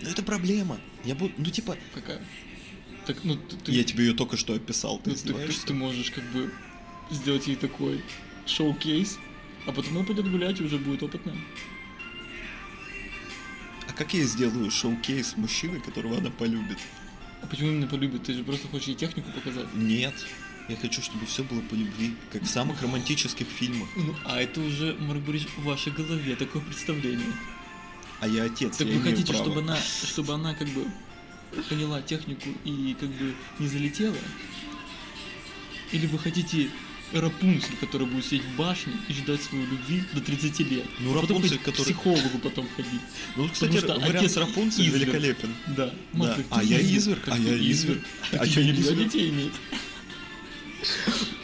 Speaker 1: Но это проблема. Я буду, ну типа,
Speaker 2: какая? Так, ну, ты, ты-
Speaker 1: я тебе ее только что описал, ты
Speaker 2: ну, ты- ты,
Speaker 1: издеваешься?
Speaker 2: ты можешь как бы сделать ей такой шоу-кейс, а потом она пойдет гулять и уже будет опытная.
Speaker 1: А как я сделаю шоу-кейс мужчины, которого она полюбит?
Speaker 2: А почему именно полюбит? Ты же просто хочешь ей технику показать.
Speaker 1: Нет. Я хочу, чтобы все было по любви, как в самых романтических фильмах.
Speaker 2: Ну, а это уже, Марк Борисович, в вашей голове такое представление.
Speaker 1: А я отец,
Speaker 2: Так
Speaker 1: я
Speaker 2: вы
Speaker 1: имею
Speaker 2: хотите,
Speaker 1: право.
Speaker 2: чтобы она, чтобы она как бы поняла технику и как бы не залетела? Или вы хотите Рапунцель, которая будет сидеть в башне и ждать свою любви до 30 лет?
Speaker 1: Ну,
Speaker 2: А потом
Speaker 1: Рапунцель,
Speaker 2: хоть
Speaker 1: который-
Speaker 2: к психологу потом ходить.
Speaker 1: Ну, вот, кстати,
Speaker 2: что
Speaker 1: вариант
Speaker 2: отец
Speaker 1: с Рапунцель
Speaker 2: изверг.
Speaker 1: великолепен.
Speaker 2: Да.
Speaker 1: Да.
Speaker 2: Марк,
Speaker 1: А
Speaker 2: ты
Speaker 1: я
Speaker 2: изверг,
Speaker 1: изверг,
Speaker 2: как
Speaker 1: а
Speaker 2: ты
Speaker 1: я изверг.
Speaker 2: Так
Speaker 1: А
Speaker 2: ты
Speaker 1: я
Speaker 2: же нельзя
Speaker 1: изверг.
Speaker 2: детей иметь.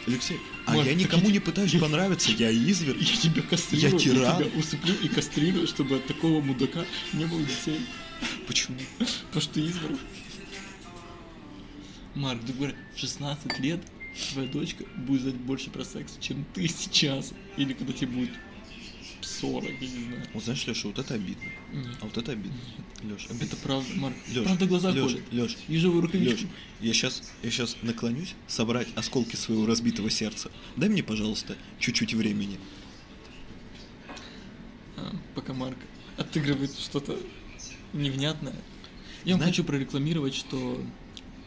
Speaker 1: Алексей, а
Speaker 2: Марк,
Speaker 1: я
Speaker 2: так
Speaker 1: никому
Speaker 2: иди-
Speaker 1: не пытаюсь понравиться, я изверг.
Speaker 2: Я тебя кастрирую,
Speaker 1: Я тиран.
Speaker 2: тебя усыплю и кастрирую, чтобы от такого мудака не было детей.
Speaker 1: Почему?
Speaker 2: Потому что ты избран. Марк, ты говоришь, 16 лет твоя дочка будет знать больше про секс, чем ты сейчас. Или когда тебе будет с 40, я не знаю.
Speaker 1: Вот знаешь, Леша, вот это обидно.
Speaker 2: Нет.
Speaker 1: А вот это обидно. Леша,
Speaker 2: Это
Speaker 1: обидно.
Speaker 2: правда, Марк.
Speaker 1: Лёш,
Speaker 2: правда глаза
Speaker 1: Лёш,
Speaker 2: колят.
Speaker 1: Лёш,
Speaker 2: Ежовую
Speaker 1: Лёш,
Speaker 2: рукавичку.
Speaker 1: я сейчас, я сейчас наклонюсь собрать осколки своего разбитого сердца. Дай мне, пожалуйста, чуть-чуть времени.
Speaker 2: А, пока Марк отыгрывает что-то невнятное. Я вам
Speaker 1: Знаешь-
Speaker 2: хочу прорекламировать, что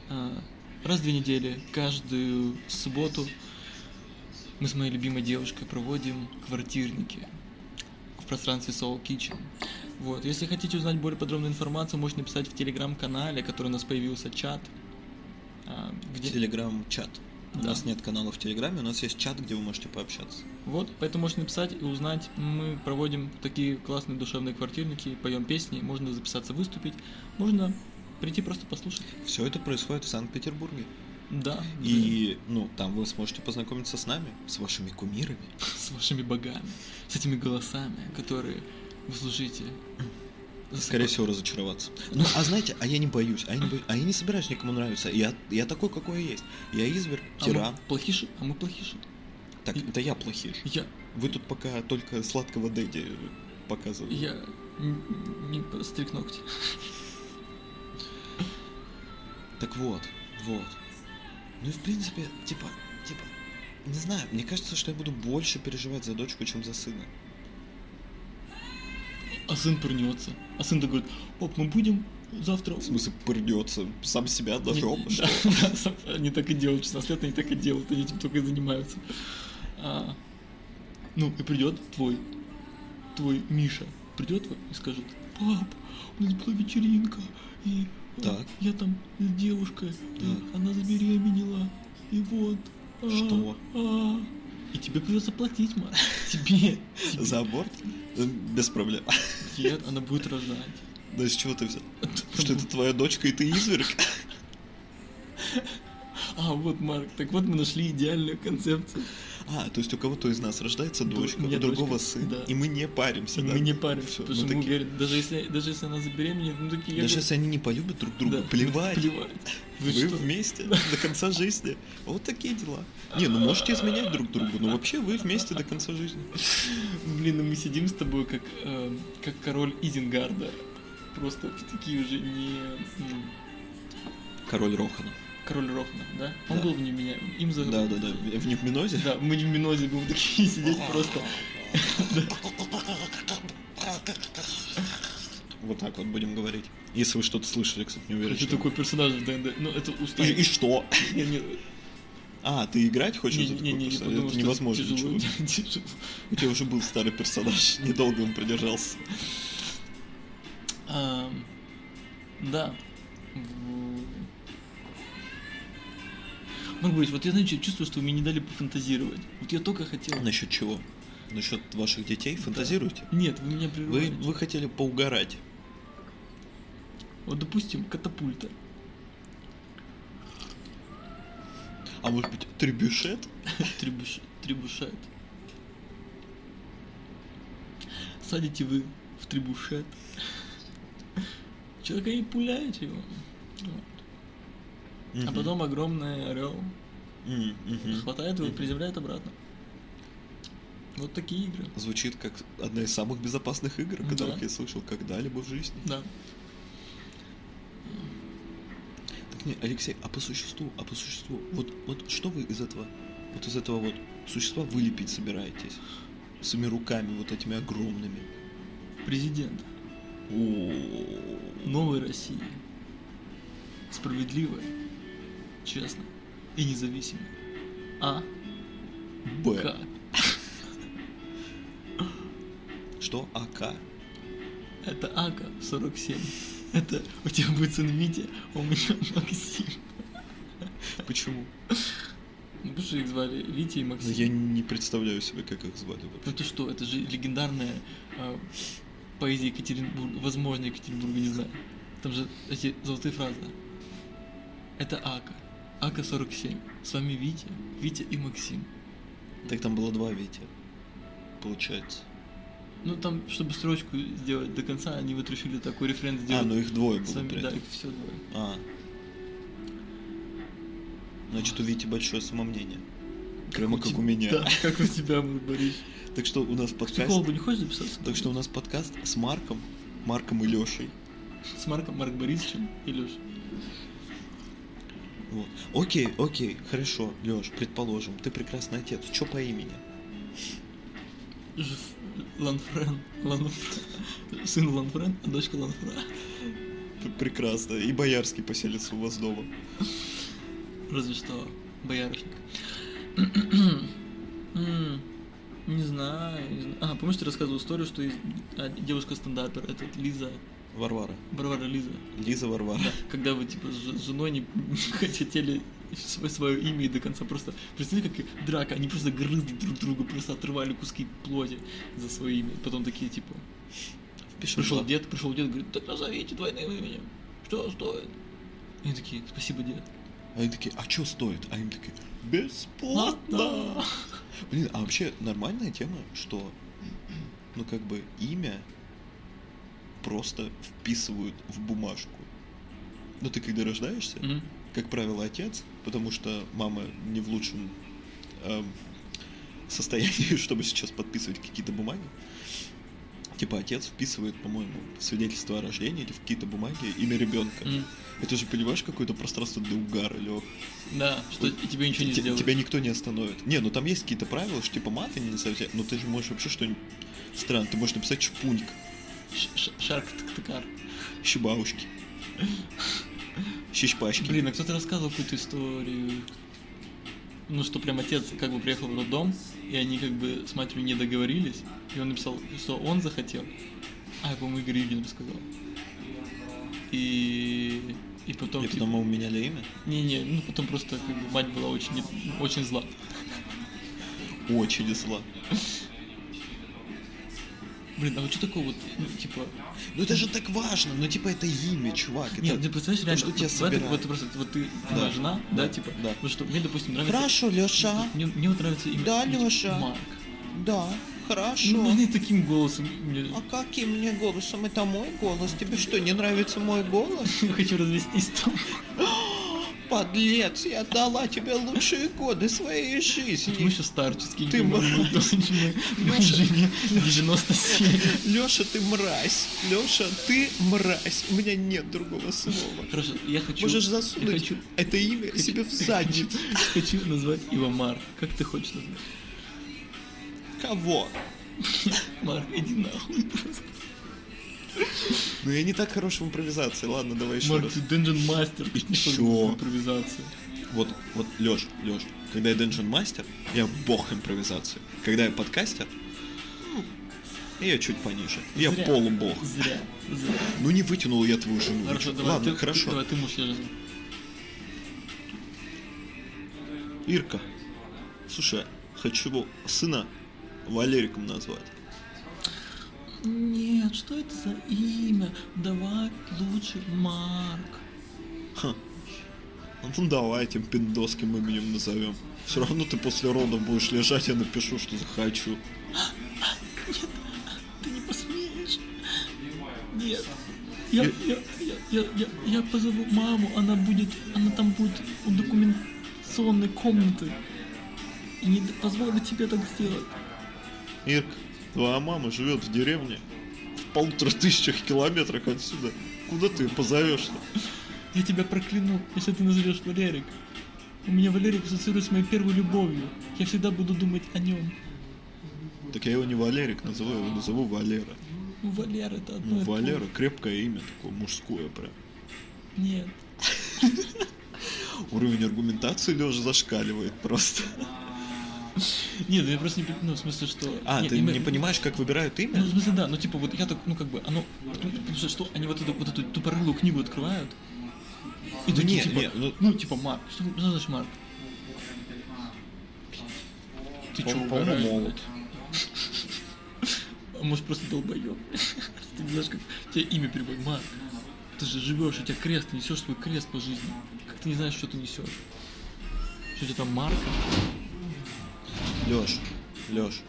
Speaker 2: а, раз в две недели, каждую субботу, мы с моей любимой девушкой проводим квартирники в пространстве Soul Kitchen. Вот. Если хотите узнать более подробную информацию, можете написать в телеграм-канале, который у нас появился чат. а, где...
Speaker 1: Телеграм-чат. У
Speaker 2: Да.
Speaker 1: нас нет канала в Телеграме, у нас есть чат, где вы можете пообщаться.
Speaker 2: Вот, поэтому можете написать и узнать. Мы проводим такие классные душевные квартирники, поем песни, можно записаться выступить, можно прийти просто послушать.
Speaker 1: Все это происходит в Санкт-Петербурге.
Speaker 2: Да.
Speaker 1: И, ну, там вы сможете познакомиться с нами, с вашими кумирами.
Speaker 2: да, с вашими богами, с этими голосами, которые вы слушаете.
Speaker 1: Скорее всего, разочароваться. Ну, а знаете, а я не боюсь, а я не, бо- а я не собираюсь никому нравиться. Я, я такой, какой я есть. Я изверг,
Speaker 2: А
Speaker 1: тиран.
Speaker 2: мы плохиши, а мы плохиши.
Speaker 1: Так, это я плохиш.
Speaker 2: Я,
Speaker 1: Вы тут пока только сладкого Дэдди показывали.
Speaker 2: я н- не постриг ногти.
Speaker 1: Так вот, вот. Ну и в принципе, типа, типа, не знаю, мне кажется, что я буду больше переживать за дочку, чем за сына.
Speaker 2: А сын пырнется. А сын такой говорит, пап, мы будем завтра...
Speaker 1: В смысле, придется сам себя ножом,
Speaker 2: Не-
Speaker 1: что
Speaker 2: да, да, сам- они так и делают, 16 лет они так и делают, они этим только и занимаются. А, ну, и придет твой, твой Миша, придет твой и скажет, пап, у нас была вечеринка, и э,
Speaker 1: Так.
Speaker 2: я там с девушкой, и
Speaker 1: Так.
Speaker 2: она забеременела, и вот. а,
Speaker 1: Что?
Speaker 2: а». И тебе придется платить, Марк. Тебе. тебе.
Speaker 1: за аборт? Э, Без проблем.
Speaker 2: Нет, она будет рожать.
Speaker 1: Да из чего ты взял? Что это твоя дочка и ты изверг?
Speaker 2: А, вот, Марк, так вот мы нашли идеальную концепцию.
Speaker 1: А, то есть у кого-то из нас рождается
Speaker 2: Да,
Speaker 1: дочка,
Speaker 2: у меня
Speaker 1: у другого
Speaker 2: дочка,
Speaker 1: сын,
Speaker 2: да.
Speaker 1: и мы не паримся,
Speaker 2: И
Speaker 1: да?
Speaker 2: мы не паримся,
Speaker 1: Всё,
Speaker 2: потому
Speaker 1: ну
Speaker 2: что мы
Speaker 1: таки-
Speaker 2: уверены, даже если, даже если она забеременеет, ну такие... я
Speaker 1: Даже
Speaker 2: говорю,
Speaker 1: если они не полюбят друг друга,
Speaker 2: да,
Speaker 1: плевать.
Speaker 2: Плевать. Вы,
Speaker 1: Вы,
Speaker 2: что?
Speaker 1: вместе до конца жизни. Вот такие дела. Не, ну можете изменять друг другу, но вообще вы вместе до конца жизни.
Speaker 2: Блин, ну мы сидим с тобой как, э, как король Изенгарда. Просто в такие уже не... м,
Speaker 1: Король Рохана.
Speaker 2: Король Рохна, да? Он
Speaker 1: Да.
Speaker 2: был вне меня, им за...
Speaker 1: Да, да, да. В Невминозе.
Speaker 2: Да, мы не в Минозе будем такие сидеть просто.
Speaker 1: Вот так вот будем говорить. Если вы что-то слышали, кстати, не уверен.
Speaker 2: Хочу
Speaker 1: что-
Speaker 2: такой персонаж в ДНД. Ну, это
Speaker 1: И, и
Speaker 2: устанет.
Speaker 1: что?
Speaker 2: Не, не,
Speaker 1: А, ты играть хочешь?
Speaker 2: не,
Speaker 1: за
Speaker 2: не,
Speaker 1: такой
Speaker 2: не,
Speaker 1: персонаж?
Speaker 2: потому
Speaker 1: Это
Speaker 2: что
Speaker 1: невозможно.
Speaker 2: тяжело,
Speaker 1: чувак.
Speaker 2: тяжело.
Speaker 1: У тебя уже был старый персонаж, недолго он продержался.
Speaker 2: Ам, Эм, Да. В- Марк Борисович, Ну, вот я, знаете, чувствую, что вы мне не дали пофантазировать. Вот я только хотел...
Speaker 1: Насчет чего? Насчет ваших детей? Фантазируете?
Speaker 2: Нет, вы меня
Speaker 1: Вы,
Speaker 2: прервали.
Speaker 1: вы хотели поугарать.
Speaker 2: Вот, допустим, катапульта.
Speaker 1: А может быть, трибюшет?
Speaker 2: Требуш... Требушет. Садите вы в требушет. Человека и пуляете его. Вот. А
Speaker 1: Мгм.
Speaker 2: потом огромный орел
Speaker 1: М, мгм.
Speaker 2: хватает его и
Speaker 1: Мгм.
Speaker 2: приземляет обратно. Вот такие игры.
Speaker 1: Звучит как одна из самых безопасных игр, о которых
Speaker 2: Ну Да.
Speaker 1: я слышал когда-либо в жизни.
Speaker 2: Да.
Speaker 1: Так не, Алексей, а по существу, а по существу, вот, вот что вы из этого, вот из этого вот существа вылепить собираетесь? Своими руками, вот этими огромными.
Speaker 2: Президент
Speaker 1: О,
Speaker 2: новой России. Справедливая, честная и независимая. А.
Speaker 1: Б.
Speaker 2: К.
Speaker 1: Что? А, АК.
Speaker 2: Это А Ака 47. Это у тебя будет сын Витя, а у меня Максим.
Speaker 1: Почему?
Speaker 2: Ну потому что их звали Витя и
Speaker 1: Ну, Я
Speaker 2: Максим.
Speaker 1: не представляю себе, как их звали
Speaker 2: Ну
Speaker 1: вообще.
Speaker 2: ты что, это же легендарная э, поэзия Екатеринбурга, возможно, Екатеринбурга, не знаю. Там же эти золотые фразы. Это А Ака. Ака 47. С вами Витя, Витя и Максим.
Speaker 1: Так там было два Витя, получается.
Speaker 2: Ну там, чтобы строчку сделать до конца, они вот решили такой референс сделать.
Speaker 1: А, ну их двое
Speaker 2: С
Speaker 1: было
Speaker 2: вами,
Speaker 1: при
Speaker 2: да,
Speaker 1: этом.
Speaker 2: их все двое.
Speaker 1: А. Значит, у Вити большое самомнение. Прямо как у меня.
Speaker 2: Да, как у тебя, мой Борис.
Speaker 1: Так что у нас
Speaker 2: К
Speaker 1: подкаст...
Speaker 2: психологу не хочешь записаться?
Speaker 1: Так что у нас подкаст с Марком, Марком и Лешей.
Speaker 2: С Марком, Марк Борисовичем и Лешей.
Speaker 1: Вот. Окей, окей, хорошо, Леш, предположим, ты прекрасный отец. Чё по имени?
Speaker 2: Жив... Ланфрен. Ланфрен. Сын Ланфрен, а дочка Ланфрен.
Speaker 1: П- Прекрасно. И Боярский поселится у вас дома.
Speaker 2: Разве что боярышник. М, Не знаю, не знаю. А, помнишь, ты рассказывал историю, что есть а, девушка-стендапер, это Лиза,
Speaker 1: Варвара.
Speaker 2: Варвара Лиза.
Speaker 1: Лиза Варвара.
Speaker 2: Когда вы, типа, с ж- с женой не хотели свое, свое имя и до конца просто... Представляете, как драка, они просто грызли друг друга, просто отрывали куски плоти за свое имя. Потом такие, типа,
Speaker 1: Пишем
Speaker 2: пришел
Speaker 1: два.
Speaker 2: дед, пришел дед, говорит, так назовите двойным именем, что стоит? И они такие, спасибо, дед.
Speaker 1: А Они такие, а чё стоит? А им такие, бесплатно.
Speaker 2: Ладно.
Speaker 1: Блин, а вообще нормальная тема, что, ну как бы имя просто вписывают в бумажку. Ну ты когда рождаешься,
Speaker 2: Мгм.
Speaker 1: как правило, отец, потому что мама не в лучшем эм, состоянии, чтобы сейчас подписывать какие-то бумаги. Типа отец вписывает, по-моему, в свидетельство о рождении или в какие-то бумаги имя ребенка.
Speaker 2: Мгм.
Speaker 1: Это же, понимаешь, какое-то пространство для угара, Лёх.
Speaker 2: Да, что
Speaker 1: Вот
Speaker 2: тебе ничего не
Speaker 1: Те-
Speaker 2: сделают.
Speaker 1: Тебя никто не остановит. Не, ну там есть какие-то правила, что типа маты не совсем. Но ты же можешь вообще что-нибудь странно. Ты можешь написать шпуньк,
Speaker 2: Ш- ш- Шарк Тактакар.
Speaker 1: щебаушки, щищпачки.
Speaker 2: Блин, а кто-то рассказывал какую-то историю. Ну, что прям отец как бы приехал в роддом, и они как бы с матерью не договорились, и он написал, что он захотел. А, по-моему, Игорь Юрьевич рассказал. И... И потом...
Speaker 1: И
Speaker 2: типа-
Speaker 1: потом мы меняли имя.
Speaker 2: Не-не, ну потом просто как бы мать была очень, очень зла.
Speaker 1: Очень зла.
Speaker 2: Блин, а вот что такое вот, ну, типа,
Speaker 1: Ну это же так важно, ну типа это имя, чувак. это-
Speaker 2: Нет, ну ты представляешь,
Speaker 1: то,
Speaker 2: реально,
Speaker 1: что
Speaker 2: вот,
Speaker 1: тебя
Speaker 2: бывает такое,
Speaker 1: собирают.
Speaker 2: вот ты просто, вот ты,
Speaker 1: Да.
Speaker 2: моя жена, да,
Speaker 1: Да.
Speaker 2: типа,
Speaker 1: Да.
Speaker 2: вот что, мне, допустим, нравится...
Speaker 1: Хорошо, Леша.
Speaker 2: Мне, мне вот нравится имя.
Speaker 1: Да,
Speaker 2: ну, типа,
Speaker 1: Лёша.
Speaker 2: Марк.
Speaker 1: Да, хорошо.
Speaker 2: Ну, они таким голосом, мне-
Speaker 1: А каким мне голосом? Это мой голос? Тебе что, не нравится мой голос?
Speaker 2: я хочу развестись там.
Speaker 1: Подлец, я отдала тебе лучшие годы своей
Speaker 2: Почему
Speaker 1: жизни.
Speaker 2: еще старческий?
Speaker 1: Ты
Speaker 2: юмор?
Speaker 1: мразь.
Speaker 2: Мы жене- мы
Speaker 1: Лёша.
Speaker 2: жене 97.
Speaker 1: Леша, ты мразь. Леша, ты мразь. У меня нет другого слова.
Speaker 2: Хорошо, я хочу...
Speaker 1: Можешь
Speaker 2: Я
Speaker 1: засунуть
Speaker 2: хочу,
Speaker 1: это имя себе в задницу.
Speaker 2: хочу назвать его Марк. Как ты хочешь назвать?
Speaker 1: Кого?
Speaker 2: Марк, иди нахуй просто.
Speaker 1: Ну я не так хорош в импровизации. Ладно, давай еще
Speaker 2: Марк,
Speaker 1: раз.
Speaker 2: ты Dungeon Master. Ты не
Speaker 1: чё?
Speaker 2: ходишь в импровизации.
Speaker 1: Вот, вот, Лёш, Лёш, когда я Dungeon Master, я бог импровизации. Когда я подкастер, м, я чуть пониже. Я
Speaker 2: Зря.
Speaker 1: полубог.
Speaker 2: Зря, зря.
Speaker 1: Ну не вытянул я твою жену.
Speaker 2: Хорошо,
Speaker 1: Чё-
Speaker 2: давай
Speaker 1: Ладно,
Speaker 2: ты,
Speaker 1: хорошо.
Speaker 2: Давай ты муж, я жена.
Speaker 1: Ирка, слушай, а хочу его сына Валериком назвать.
Speaker 2: Нет, что это за имя? Давай лучше Марк.
Speaker 1: Ха. Ну давай этим пиндоским именем назовем. Все равно ты после родов будешь лежать, я напишу, что захочу.
Speaker 2: Ты не посмеешь. Нет. Я, я, я, я, я, я позову маму, она будет, она там будет у документационной комнаты. И не позволю бы тебе так сделать.
Speaker 1: Ирка, твоя мама живет в деревне в полутора тысячах километрах отсюда. Куда ты ее позовешь?
Speaker 2: Я тебя прокляну, если ты назовешь Валерик. У меня Валерик ассоциируется с моей первой любовью. Я всегда буду думать о нем.
Speaker 1: Так я его не Валерик назову, я его назову Валера.
Speaker 2: Ну, Валера это
Speaker 1: Ну,
Speaker 2: одно. и то же.
Speaker 1: Валера крепкое имя, такое мужское прям.
Speaker 2: Нет.
Speaker 1: Уровень аргументации Лежа зашкаливает просто.
Speaker 2: Нет, ну я просто не пон- Ну, в смысле, что...
Speaker 1: А,
Speaker 2: Нет,
Speaker 1: ты
Speaker 2: мы-
Speaker 1: не понимаешь, как выбирают
Speaker 2: Ну,
Speaker 1: имя?
Speaker 2: в смысле, да, ну типа вот я так, ну как бы, оно... Потому, потому что, что они вот эту, вот эту тупорылую книгу открывают, и
Speaker 1: Ну,
Speaker 2: такие,
Speaker 1: не,
Speaker 2: типа,
Speaker 1: не, ну-
Speaker 2: ну типа Марк, что, что значит Марк? Ты чё,
Speaker 1: По-моему,
Speaker 2: угораешь,
Speaker 1: молод.
Speaker 2: блядь? А может просто долбоёб? Ты не знаешь, как тебе имя переводит, Марк. Ты же живешь, у тебя крест, ты несешь свой крест по жизни. Как ты не знаешь, что ты несешь? Что у тебя там Марка?
Speaker 1: Леш, Леш,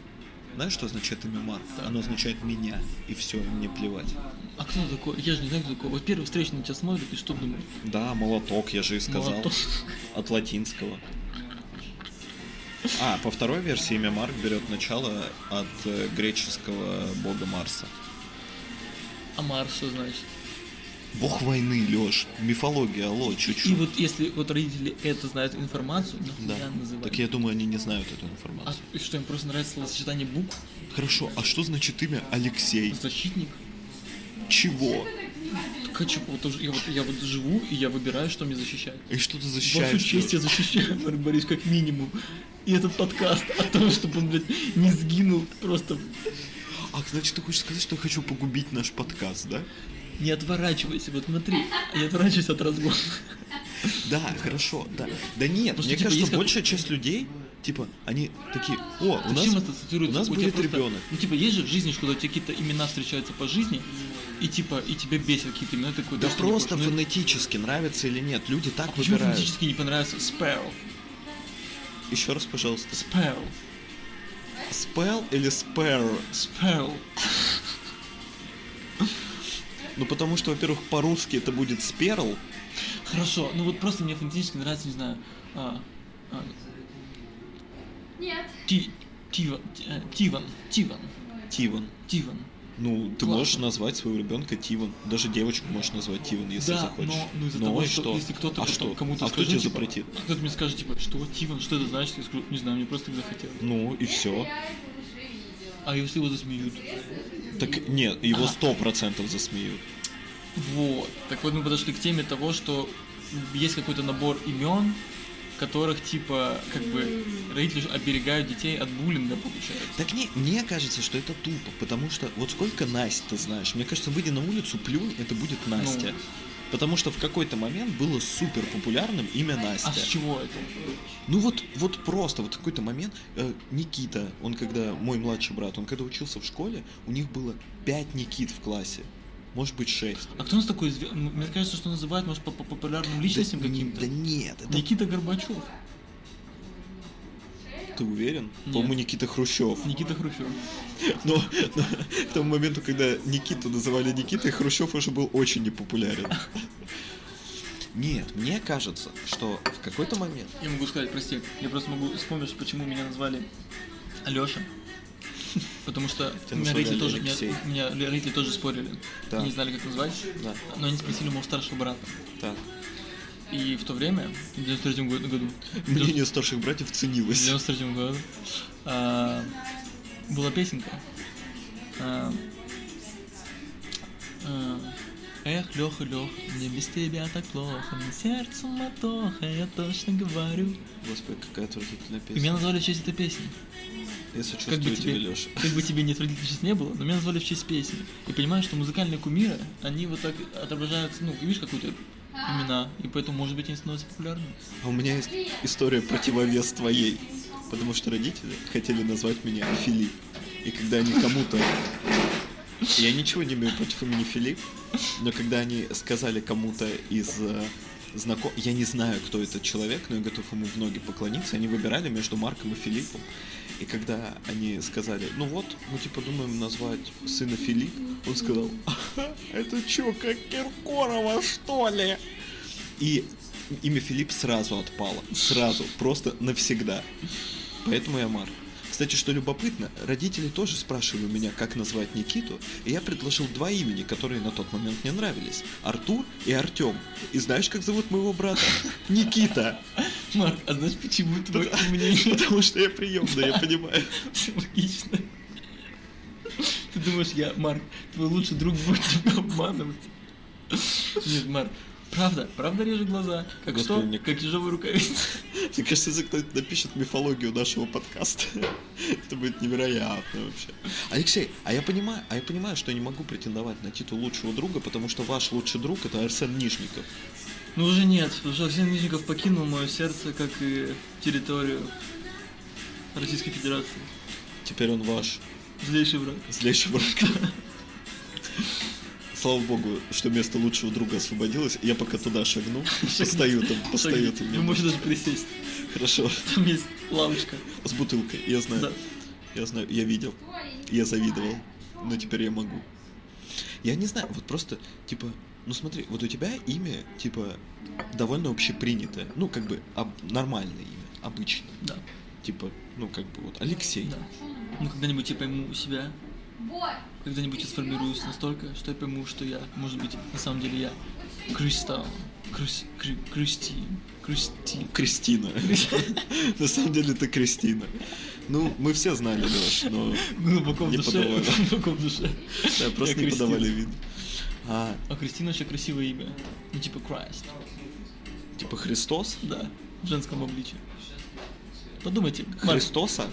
Speaker 1: знаешь, что означает имя Марк? Оно означает меня, и все, и мне плевать.
Speaker 2: А кто такой? Я же не знаю, кто такой. Вот первый встречный на тебя смотрит, и что думаешь?
Speaker 1: Да, молоток, я же и сказал.
Speaker 2: Молоток.
Speaker 1: От латинского. А, по второй версии имя Марк берет начало от э, греческого бога Марса.
Speaker 2: А Марс что значит?
Speaker 1: Бог войны, Леш. Мифология, алло, чуть-чуть.
Speaker 2: И вот если вот родители это знают информацию,
Speaker 1: Да.
Speaker 2: нахуя называют?
Speaker 1: Так я думаю, они не знают эту
Speaker 2: А
Speaker 1: информацию.
Speaker 2: и что, им просто нравится словосочетание букв?
Speaker 1: Хорошо, а что значит имя Алексей?
Speaker 2: Защитник?
Speaker 1: Чего?
Speaker 2: Хочу, вот, тоже- я, вот, я вот живу, и я выбираю, что мне защищать.
Speaker 1: И что ты
Speaker 2: Вашу
Speaker 1: защищаешь?
Speaker 2: честь я
Speaker 1: Лёш?
Speaker 2: защищаю, Марк Борисович, как минимум. И этот подкаст о том, чтобы он, блядь, не сгинул просто.
Speaker 1: А значит, ты хочешь сказать, что я хочу погубить наш подкаст, да?
Speaker 2: Не отворачивайся, вот смотри, не отворачивайся от разгона.
Speaker 1: Да, хорошо, да. Да нет,
Speaker 2: Просто,
Speaker 1: мне
Speaker 2: типа,
Speaker 1: кажется,
Speaker 2: есть как-
Speaker 1: большая часть людей, типа, они такие, о, у нас...
Speaker 2: А Зачем это ассоциируется?
Speaker 1: у нас
Speaker 2: тебя
Speaker 1: будет
Speaker 2: просто-
Speaker 1: ребенок.
Speaker 2: Ну, типа, есть же в жизни, когда у тебя какие-то имена встречаются по жизни, и типа, и тебе бесят какие-то имена, ты такой,
Speaker 1: Да
Speaker 2: «Да что не
Speaker 1: просто
Speaker 2: хочешь». Ну,
Speaker 1: фонетически, нравится или нет, люди
Speaker 2: а
Speaker 1: так
Speaker 2: Почему
Speaker 1: выбирают.
Speaker 2: фонетически не понравился Sparrow?
Speaker 1: Еще раз, пожалуйста.
Speaker 2: Sparrow.
Speaker 1: Spell или spare?
Speaker 2: Sparrow.
Speaker 1: Ну потому что, во-первых, по-русски это будет сперл.
Speaker 2: Хорошо, ну вот просто мне фонетически нравится, не знаю, а, а,
Speaker 3: Нет.
Speaker 2: Ти- Тива- Ти- э, Тиван, Тиван,
Speaker 1: Тиван.
Speaker 2: Тиван.
Speaker 1: Ну, ты
Speaker 2: Классно.
Speaker 1: можешь назвать своего ребенка Тиван. Даже девочку можешь назвать Тиван, если
Speaker 2: да,
Speaker 1: захочешь.
Speaker 2: но, ну из-за
Speaker 1: Ну,
Speaker 2: того,
Speaker 1: и
Speaker 2: что,
Speaker 1: что?
Speaker 2: если кто-то
Speaker 1: а
Speaker 2: потом
Speaker 1: что?
Speaker 2: кому-то
Speaker 1: а кто
Speaker 2: скажет,
Speaker 1: тебе
Speaker 2: типа,
Speaker 1: запретит?
Speaker 2: а кто-то мне скажет, типа, что Тиван, что это значит? Я скажу, не знаю, мне просто захотелось.
Speaker 1: Ну и все.
Speaker 3: Я это уже видела.
Speaker 2: А если его засмеют?
Speaker 1: Так нет, его
Speaker 2: Ага.
Speaker 1: сто процентов засмеют.
Speaker 2: Вот. Так вот мы подошли к теме того, что есть какой-то набор имен, которых типа как бы родители ж оберегают детей от буллинга, получается.
Speaker 1: Так не, мне кажется, что это тупо, потому что вот сколько Настя ты знаешь? Мне кажется, выйди на улицу, плюнь, это будет
Speaker 2: Ну.
Speaker 1: Настя. Потому что в какой-то момент было супер популярным имя Настя.
Speaker 2: А с чего это?
Speaker 1: Ну вот, вот просто, вот какой-то момент, э, Никита, он когда, мой младший брат, он когда учился в школе, у них было 5 Никит в классе, может быть 6.
Speaker 2: А кто у нас такой? зве- м- Мне кажется, что называют, может, по по популярным личностям
Speaker 1: да,
Speaker 2: каким-то.
Speaker 1: Да нет, это...
Speaker 2: Никита Горбачев.
Speaker 1: Ты уверен?
Speaker 2: Нет.
Speaker 1: По-моему, Никита Хрущев.
Speaker 2: Никита Хрущев.
Speaker 1: Но, но к тому моменту, когда Никиту называли Никитой, Хрущев уже был очень непопулярен. Нет, мне кажется, что в какой-то момент...
Speaker 2: Я могу сказать, прости, я просто могу вспомнить, почему меня назвали Алёша. Потому что у
Speaker 1: Тебя
Speaker 2: меня
Speaker 1: назвали
Speaker 2: родители тоже, у меня-
Speaker 1: Алексей.
Speaker 2: у меня родители тоже спорили.
Speaker 1: Да.
Speaker 2: Не знали, как назвать,
Speaker 1: Да,
Speaker 2: но они спросили моего старшего брата.
Speaker 1: так.
Speaker 2: И в то время, в 93 году, году в девяносто-
Speaker 1: Мнение старших братьев
Speaker 2: в
Speaker 1: ценилось.
Speaker 2: 93 году а, была песенка. а, а, Эх, Леха, Лех, мне без тебя так плохо, мне сердце мотоха, я точно говорю.
Speaker 1: Господи, какая отвратительная
Speaker 2: И меня
Speaker 1: песня.
Speaker 2: назвали в честь этой песни.
Speaker 1: Я сочувствую
Speaker 2: Как бы
Speaker 1: тебе,
Speaker 2: тебе,
Speaker 1: Леша.
Speaker 2: как бы тебе не отвратительно сейчас не было, но меня назвали в честь песни. И понимаю, что музыкальные кумиры, они вот так отображаются, ну, видишь, какую-то имена, и поэтому, может быть, они становятся популярными.
Speaker 1: А у меня есть история противовес твоей. Потому что родители хотели назвать меня Филипп. И когда они кому-то... Я ничего не имею против имени Филипп, но когда они сказали кому-то из знакомых... Я не знаю, кто этот человек, но я готов ему в ноги поклониться. Они выбирали между Марком и Филиппом. И когда они сказали, ну вот, мы типа думаем назвать сына Филипп, он сказал, «Ха, это чё, как Киркорова, что ли? И имя Филипп сразу отпало. Сразу, просто навсегда. Поэтому я Марк. Кстати, что любопытно, родители тоже спрашивали меня, как назвать Никиту, и я предложил два имени, которые на тот момент мне нравились. Артур и Артем. И знаешь, как зовут моего брата? Никита.
Speaker 2: Марк, а знаешь, почему твое
Speaker 1: Потому-
Speaker 2: мнение
Speaker 1: Потому что я приемный, я понимаю.
Speaker 2: Всё логично? Ты думаешь, я, Марк, твой лучший друг будет тебя обманывать? Нет, Марк, правда, правда режет глаза, как что,
Speaker 1: Господи, мне-
Speaker 2: как ежовая рукавица.
Speaker 1: Мне кажется, если кто-то напишет мифологию нашего подкаста, это будет невероятно вообще. Алексей, а я понимаю, а я понимаю, что я не могу претендовать на титул лучшего друга, потому что ваш лучший друг это Арсен Нижников.
Speaker 2: Ну уже нет, потому что Арсений Нижников покинул мое сердце, как и территорию Российской Федерации.
Speaker 1: Теперь он ваш
Speaker 2: Злейший враг.
Speaker 1: злейший враг. Слава богу, что место лучшего друга освободилось. Я пока туда шагну, постою там, постою там.
Speaker 2: Вы можете даже присесть.
Speaker 1: Хорошо,
Speaker 2: Там есть лавочка.
Speaker 1: с бутылкой, я
Speaker 2: Да.
Speaker 1: знаю, я знаю, я видел. Я завидовал, но теперь я могу. Я не знаю, вот просто, типа, ну смотри, вот у тебя имя, типа, довольно общепринятое, ну, как бы, об- нормальное имя, обычное.
Speaker 2: Да.
Speaker 1: типа, ну, как бы вот Алексей.
Speaker 2: Да.
Speaker 3: Чё он
Speaker 2: Ну,
Speaker 3: может?
Speaker 2: когда-нибудь я пойму себя,
Speaker 3: Борь,
Speaker 2: когда-нибудь я сформируюсь настолько, что я пойму, что я, может быть, на самом деле я
Speaker 3: вот всё не
Speaker 2: Крюстал. Крюс... Крю... Крюстин. Крюстин.
Speaker 1: Кристина. На самом деле это Кристина. Ну, мы все знали, Леш, но
Speaker 2: Глубоко в
Speaker 1: Не
Speaker 2: душе.
Speaker 1: подавай.
Speaker 2: Глубоко в душе.
Speaker 1: да, просто не
Speaker 2: Кристина.
Speaker 1: подавали вид. А,
Speaker 2: А Кристина очень красивое имя. Ну, типа Крайст.
Speaker 1: типа Христос?
Speaker 2: Да, в женском обличии. Подумайте, Марк,
Speaker 1: Христоса?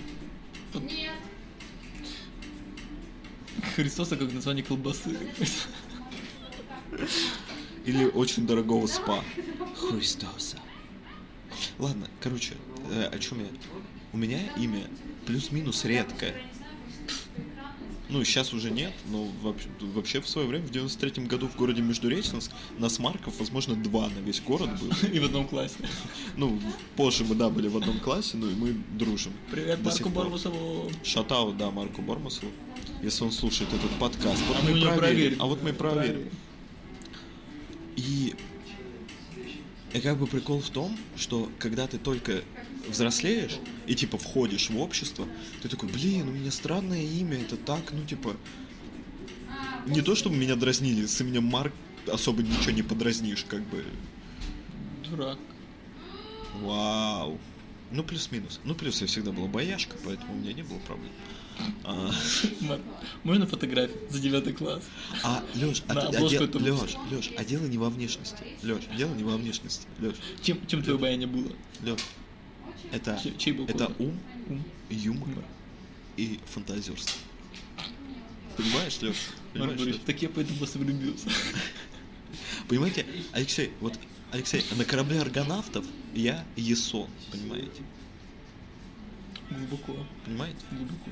Speaker 3: поздно. Нет.
Speaker 2: Христоса как название колбасы.
Speaker 1: Или очень дорогого спа? Христоса. Ладно, короче, э, о чем я? У меня имя плюс-минус редкое.
Speaker 3: Я не знаю, просто по экрану.
Speaker 1: Ну, сейчас уже нет, но вообще, вообще в свое время, в 93-м году в городе Междуреченск, нас Марков, возможно, два на весь город было.
Speaker 2: И в одном классе.
Speaker 1: Ну, позже мы, да, были в одном классе, ну и мы дружим.
Speaker 2: Привет,
Speaker 1: До сих
Speaker 2: Марку
Speaker 1: пор.
Speaker 2: Барбусову.
Speaker 1: Шатаут, да, Марку Бормасу, если он слушает этот подкаст. Вот
Speaker 2: А
Speaker 1: мы,
Speaker 2: мы не
Speaker 1: проверим,
Speaker 2: проверим.
Speaker 1: А вот мы проверим. И... И как бы прикол в том, что когда ты только взрослеешь и типа входишь в общество, ты такой, блин, у меня странное имя, это так, ну типа...
Speaker 3: А,
Speaker 1: Не то, чтобы меня дразнили, с именем Марк особо ничего не подразнишь, как бы.
Speaker 2: Дурак.
Speaker 1: Вау. Ну, плюс-минус. Ну, плюс я всегда была бояшка, поэтому у меня не было проблем. А,
Speaker 2: Марк, можно фотографию за девятый класс?
Speaker 1: а Лёш, а,
Speaker 2: На
Speaker 1: ты- а
Speaker 2: обложку
Speaker 1: де-
Speaker 2: это
Speaker 1: Лёш, Лёш, а дело не во внешности. Лёш, дело не во внешности. Лёш,
Speaker 2: Чем, чем твое баяние было?
Speaker 1: Лёш,
Speaker 3: очень
Speaker 1: это,
Speaker 2: Чей- чей был
Speaker 1: это
Speaker 2: колер?
Speaker 1: ум,
Speaker 2: Ум.
Speaker 1: юмор и фантазерство. Понимаешь, Лёш?
Speaker 2: Марк
Speaker 1: Понимаешь,
Speaker 2: Борисович,
Speaker 1: Лёш?
Speaker 2: так я поэтому вас и влюбился.
Speaker 1: Понимаете, Алексей, вот, Алексей, а на корабле аргонавтов я Есон, понимаете?
Speaker 2: Глубоко,
Speaker 1: Понимаете?
Speaker 2: глубоко.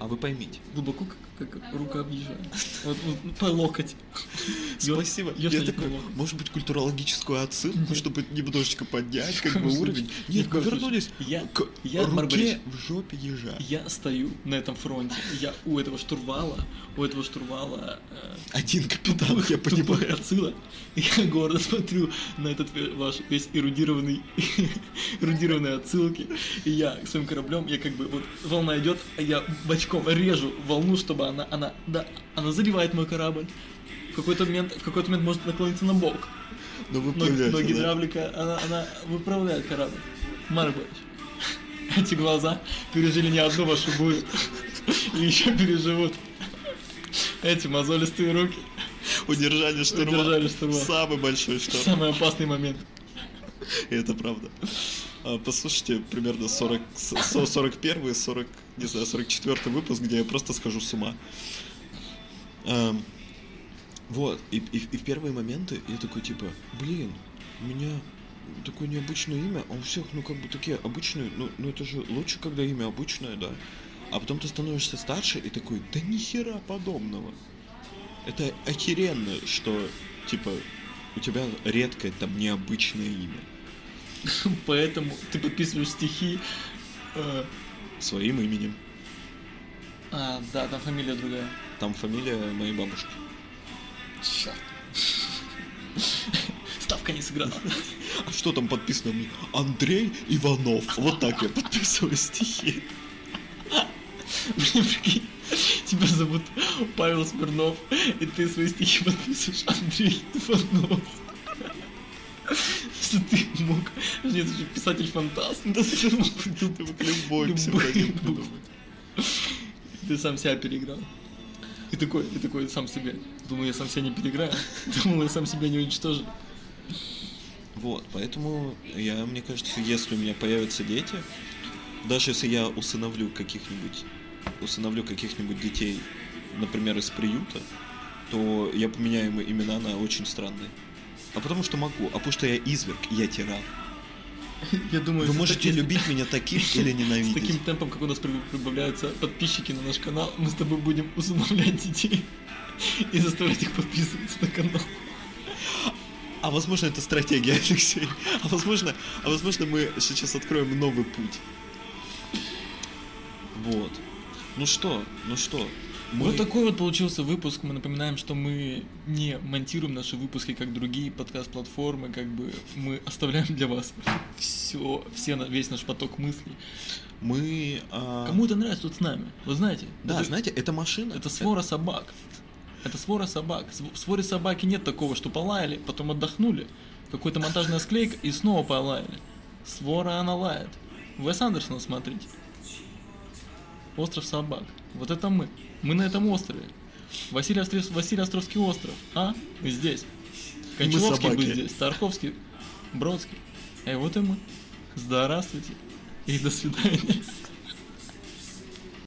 Speaker 1: А вы поймите.
Speaker 2: Глубоко, как, как рука объезжает. Вот, вот, по локоть. Ё-
Speaker 1: Спасибо.
Speaker 2: ёж
Speaker 1: Я
Speaker 2: на
Speaker 1: такой,
Speaker 2: локоть.
Speaker 1: может быть, культурологическую отсылку, чтобы немножечко поднять, как
Speaker 2: В
Speaker 1: бы
Speaker 2: коем
Speaker 1: уровень.
Speaker 2: случае. Ни
Speaker 1: Нет,
Speaker 2: в
Speaker 1: мы
Speaker 2: коем
Speaker 1: вернулись
Speaker 2: случае. Я-
Speaker 1: к
Speaker 2: я,
Speaker 1: руке
Speaker 2: Маргарет.
Speaker 1: в жопе ежа.
Speaker 2: Я стою на этом фронте. Я у этого штурвала, у этого штурвала э,
Speaker 1: Один капитан, я
Speaker 2: тупых
Speaker 1: понимаю.
Speaker 2: отсылок. И Я гордо смотрю на этот ве- ваш весь эрудированный, эрудированные отсылки. И я своим кораблем, я как бы вот волна идет, а я бочком режу волну, чтобы она, она, да, она задевает мой корабль. В какой-то момент, в какой-то момент может наклониться на бок.
Speaker 1: Но вы
Speaker 2: Но,
Speaker 1: понимаете,
Speaker 2: но
Speaker 1: да?
Speaker 2: гидравлика, она, она выправляет корабль. Марк Борисович, эти глаза пережили не одну вашу бурю. И еще переживут. Эти мозолистые руки.
Speaker 1: Удержание штурма.
Speaker 2: Удержали штурма.
Speaker 1: Самый большой шторм.
Speaker 2: Самый опасный момент.
Speaker 1: И это правда. А, Послушайте, примерно 40, со- 41 40, не знаю, 44 выпуск, где я просто схожу с ума. Эм, Вот, и, и- и в первые моменты я такой, типа, блин, у меня такое необычное имя, а у всех, ну, как бы такие обычные, ну, ну это же лучше, когда имя обычное, да. А потом ты становишься старше и такой, да нихера подобного. Это охеренно, что, типа, у тебя редкое, там, необычное имя.
Speaker 2: Поэтому ты подписываешь стихи. э,
Speaker 1: Своим именем.
Speaker 2: А, да, там фамилия другая.
Speaker 1: Там фамилия моей бабушки.
Speaker 2: Черт. Ставка не сыграла.
Speaker 1: А что там подписано мне? Андрей Иванов. Вот так я подписываю стихи.
Speaker 2: Блин, прикинь, тебя зовут Павел Смирнов, и ты свои стихи подписываешь Андрей Иванов. Что ты мог? Нет, ты же писатель-фантаст. Да ты мог придумать.
Speaker 1: мог любой
Speaker 2: Любой
Speaker 1: псевдоним
Speaker 2: был.
Speaker 1: придумать.
Speaker 2: Ты сам себя переиграл. И такой, и такой сам себе. Думаю, я сам себя не переиграю. Думал, я сам себя не уничтожу.
Speaker 1: Вот, поэтому я, мне кажется, если у меня появятся дети, даже если я усыновлю каких-нибудь, усыновлю каких-нибудь детей, например, из приюта, то я поменяю им имена на очень странные. А потому что могу, а потому что я изверг, я тиран.
Speaker 2: Я думаю,
Speaker 1: Вы
Speaker 2: с
Speaker 1: можете
Speaker 2: таким-
Speaker 1: любить меня таким или
Speaker 2: С таким
Speaker 1: ненавидеть.
Speaker 2: темпом, как у нас при- прибавляются подписчики на наш канал, мы с тобой будем усыновлять детей и заставлять их подписываться на канал.
Speaker 1: А возможно, это стратегия, Алексей. А возможно, а возможно, мы сейчас откроем новый путь. Вот. Ну что, ну что, Мы-
Speaker 2: Вот такой вот получился выпуск. Мы напоминаем, что мы не монтируем наши выпуски, как другие подкаст-платформы, как бы мы оставляем для вас все, все, на- весь наш поток мыслей.
Speaker 1: Мы... а,
Speaker 2: Кому это нравится, тут с нами. Вы знаете?
Speaker 1: Да,
Speaker 2: это,
Speaker 1: знаете, это машина.
Speaker 2: Это свора собак. Это свора собак. Св- В своре собаки нет такого, что полаяли, потом отдохнули, какой-то монтажная склейка и снова полаяли. Свора она лает. Вес Андерсона смотрите. Остров собак. Вот это мы. Мы на этом острове. Василий, Острев- Василий Островский остров. А? Мы здесь.
Speaker 1: И мы
Speaker 2: Кончаловский бы
Speaker 1: собаки.
Speaker 2: здесь. Тарковский. Э, Бродский. Эй, вот и мы. Здравствуйте. И до свидания.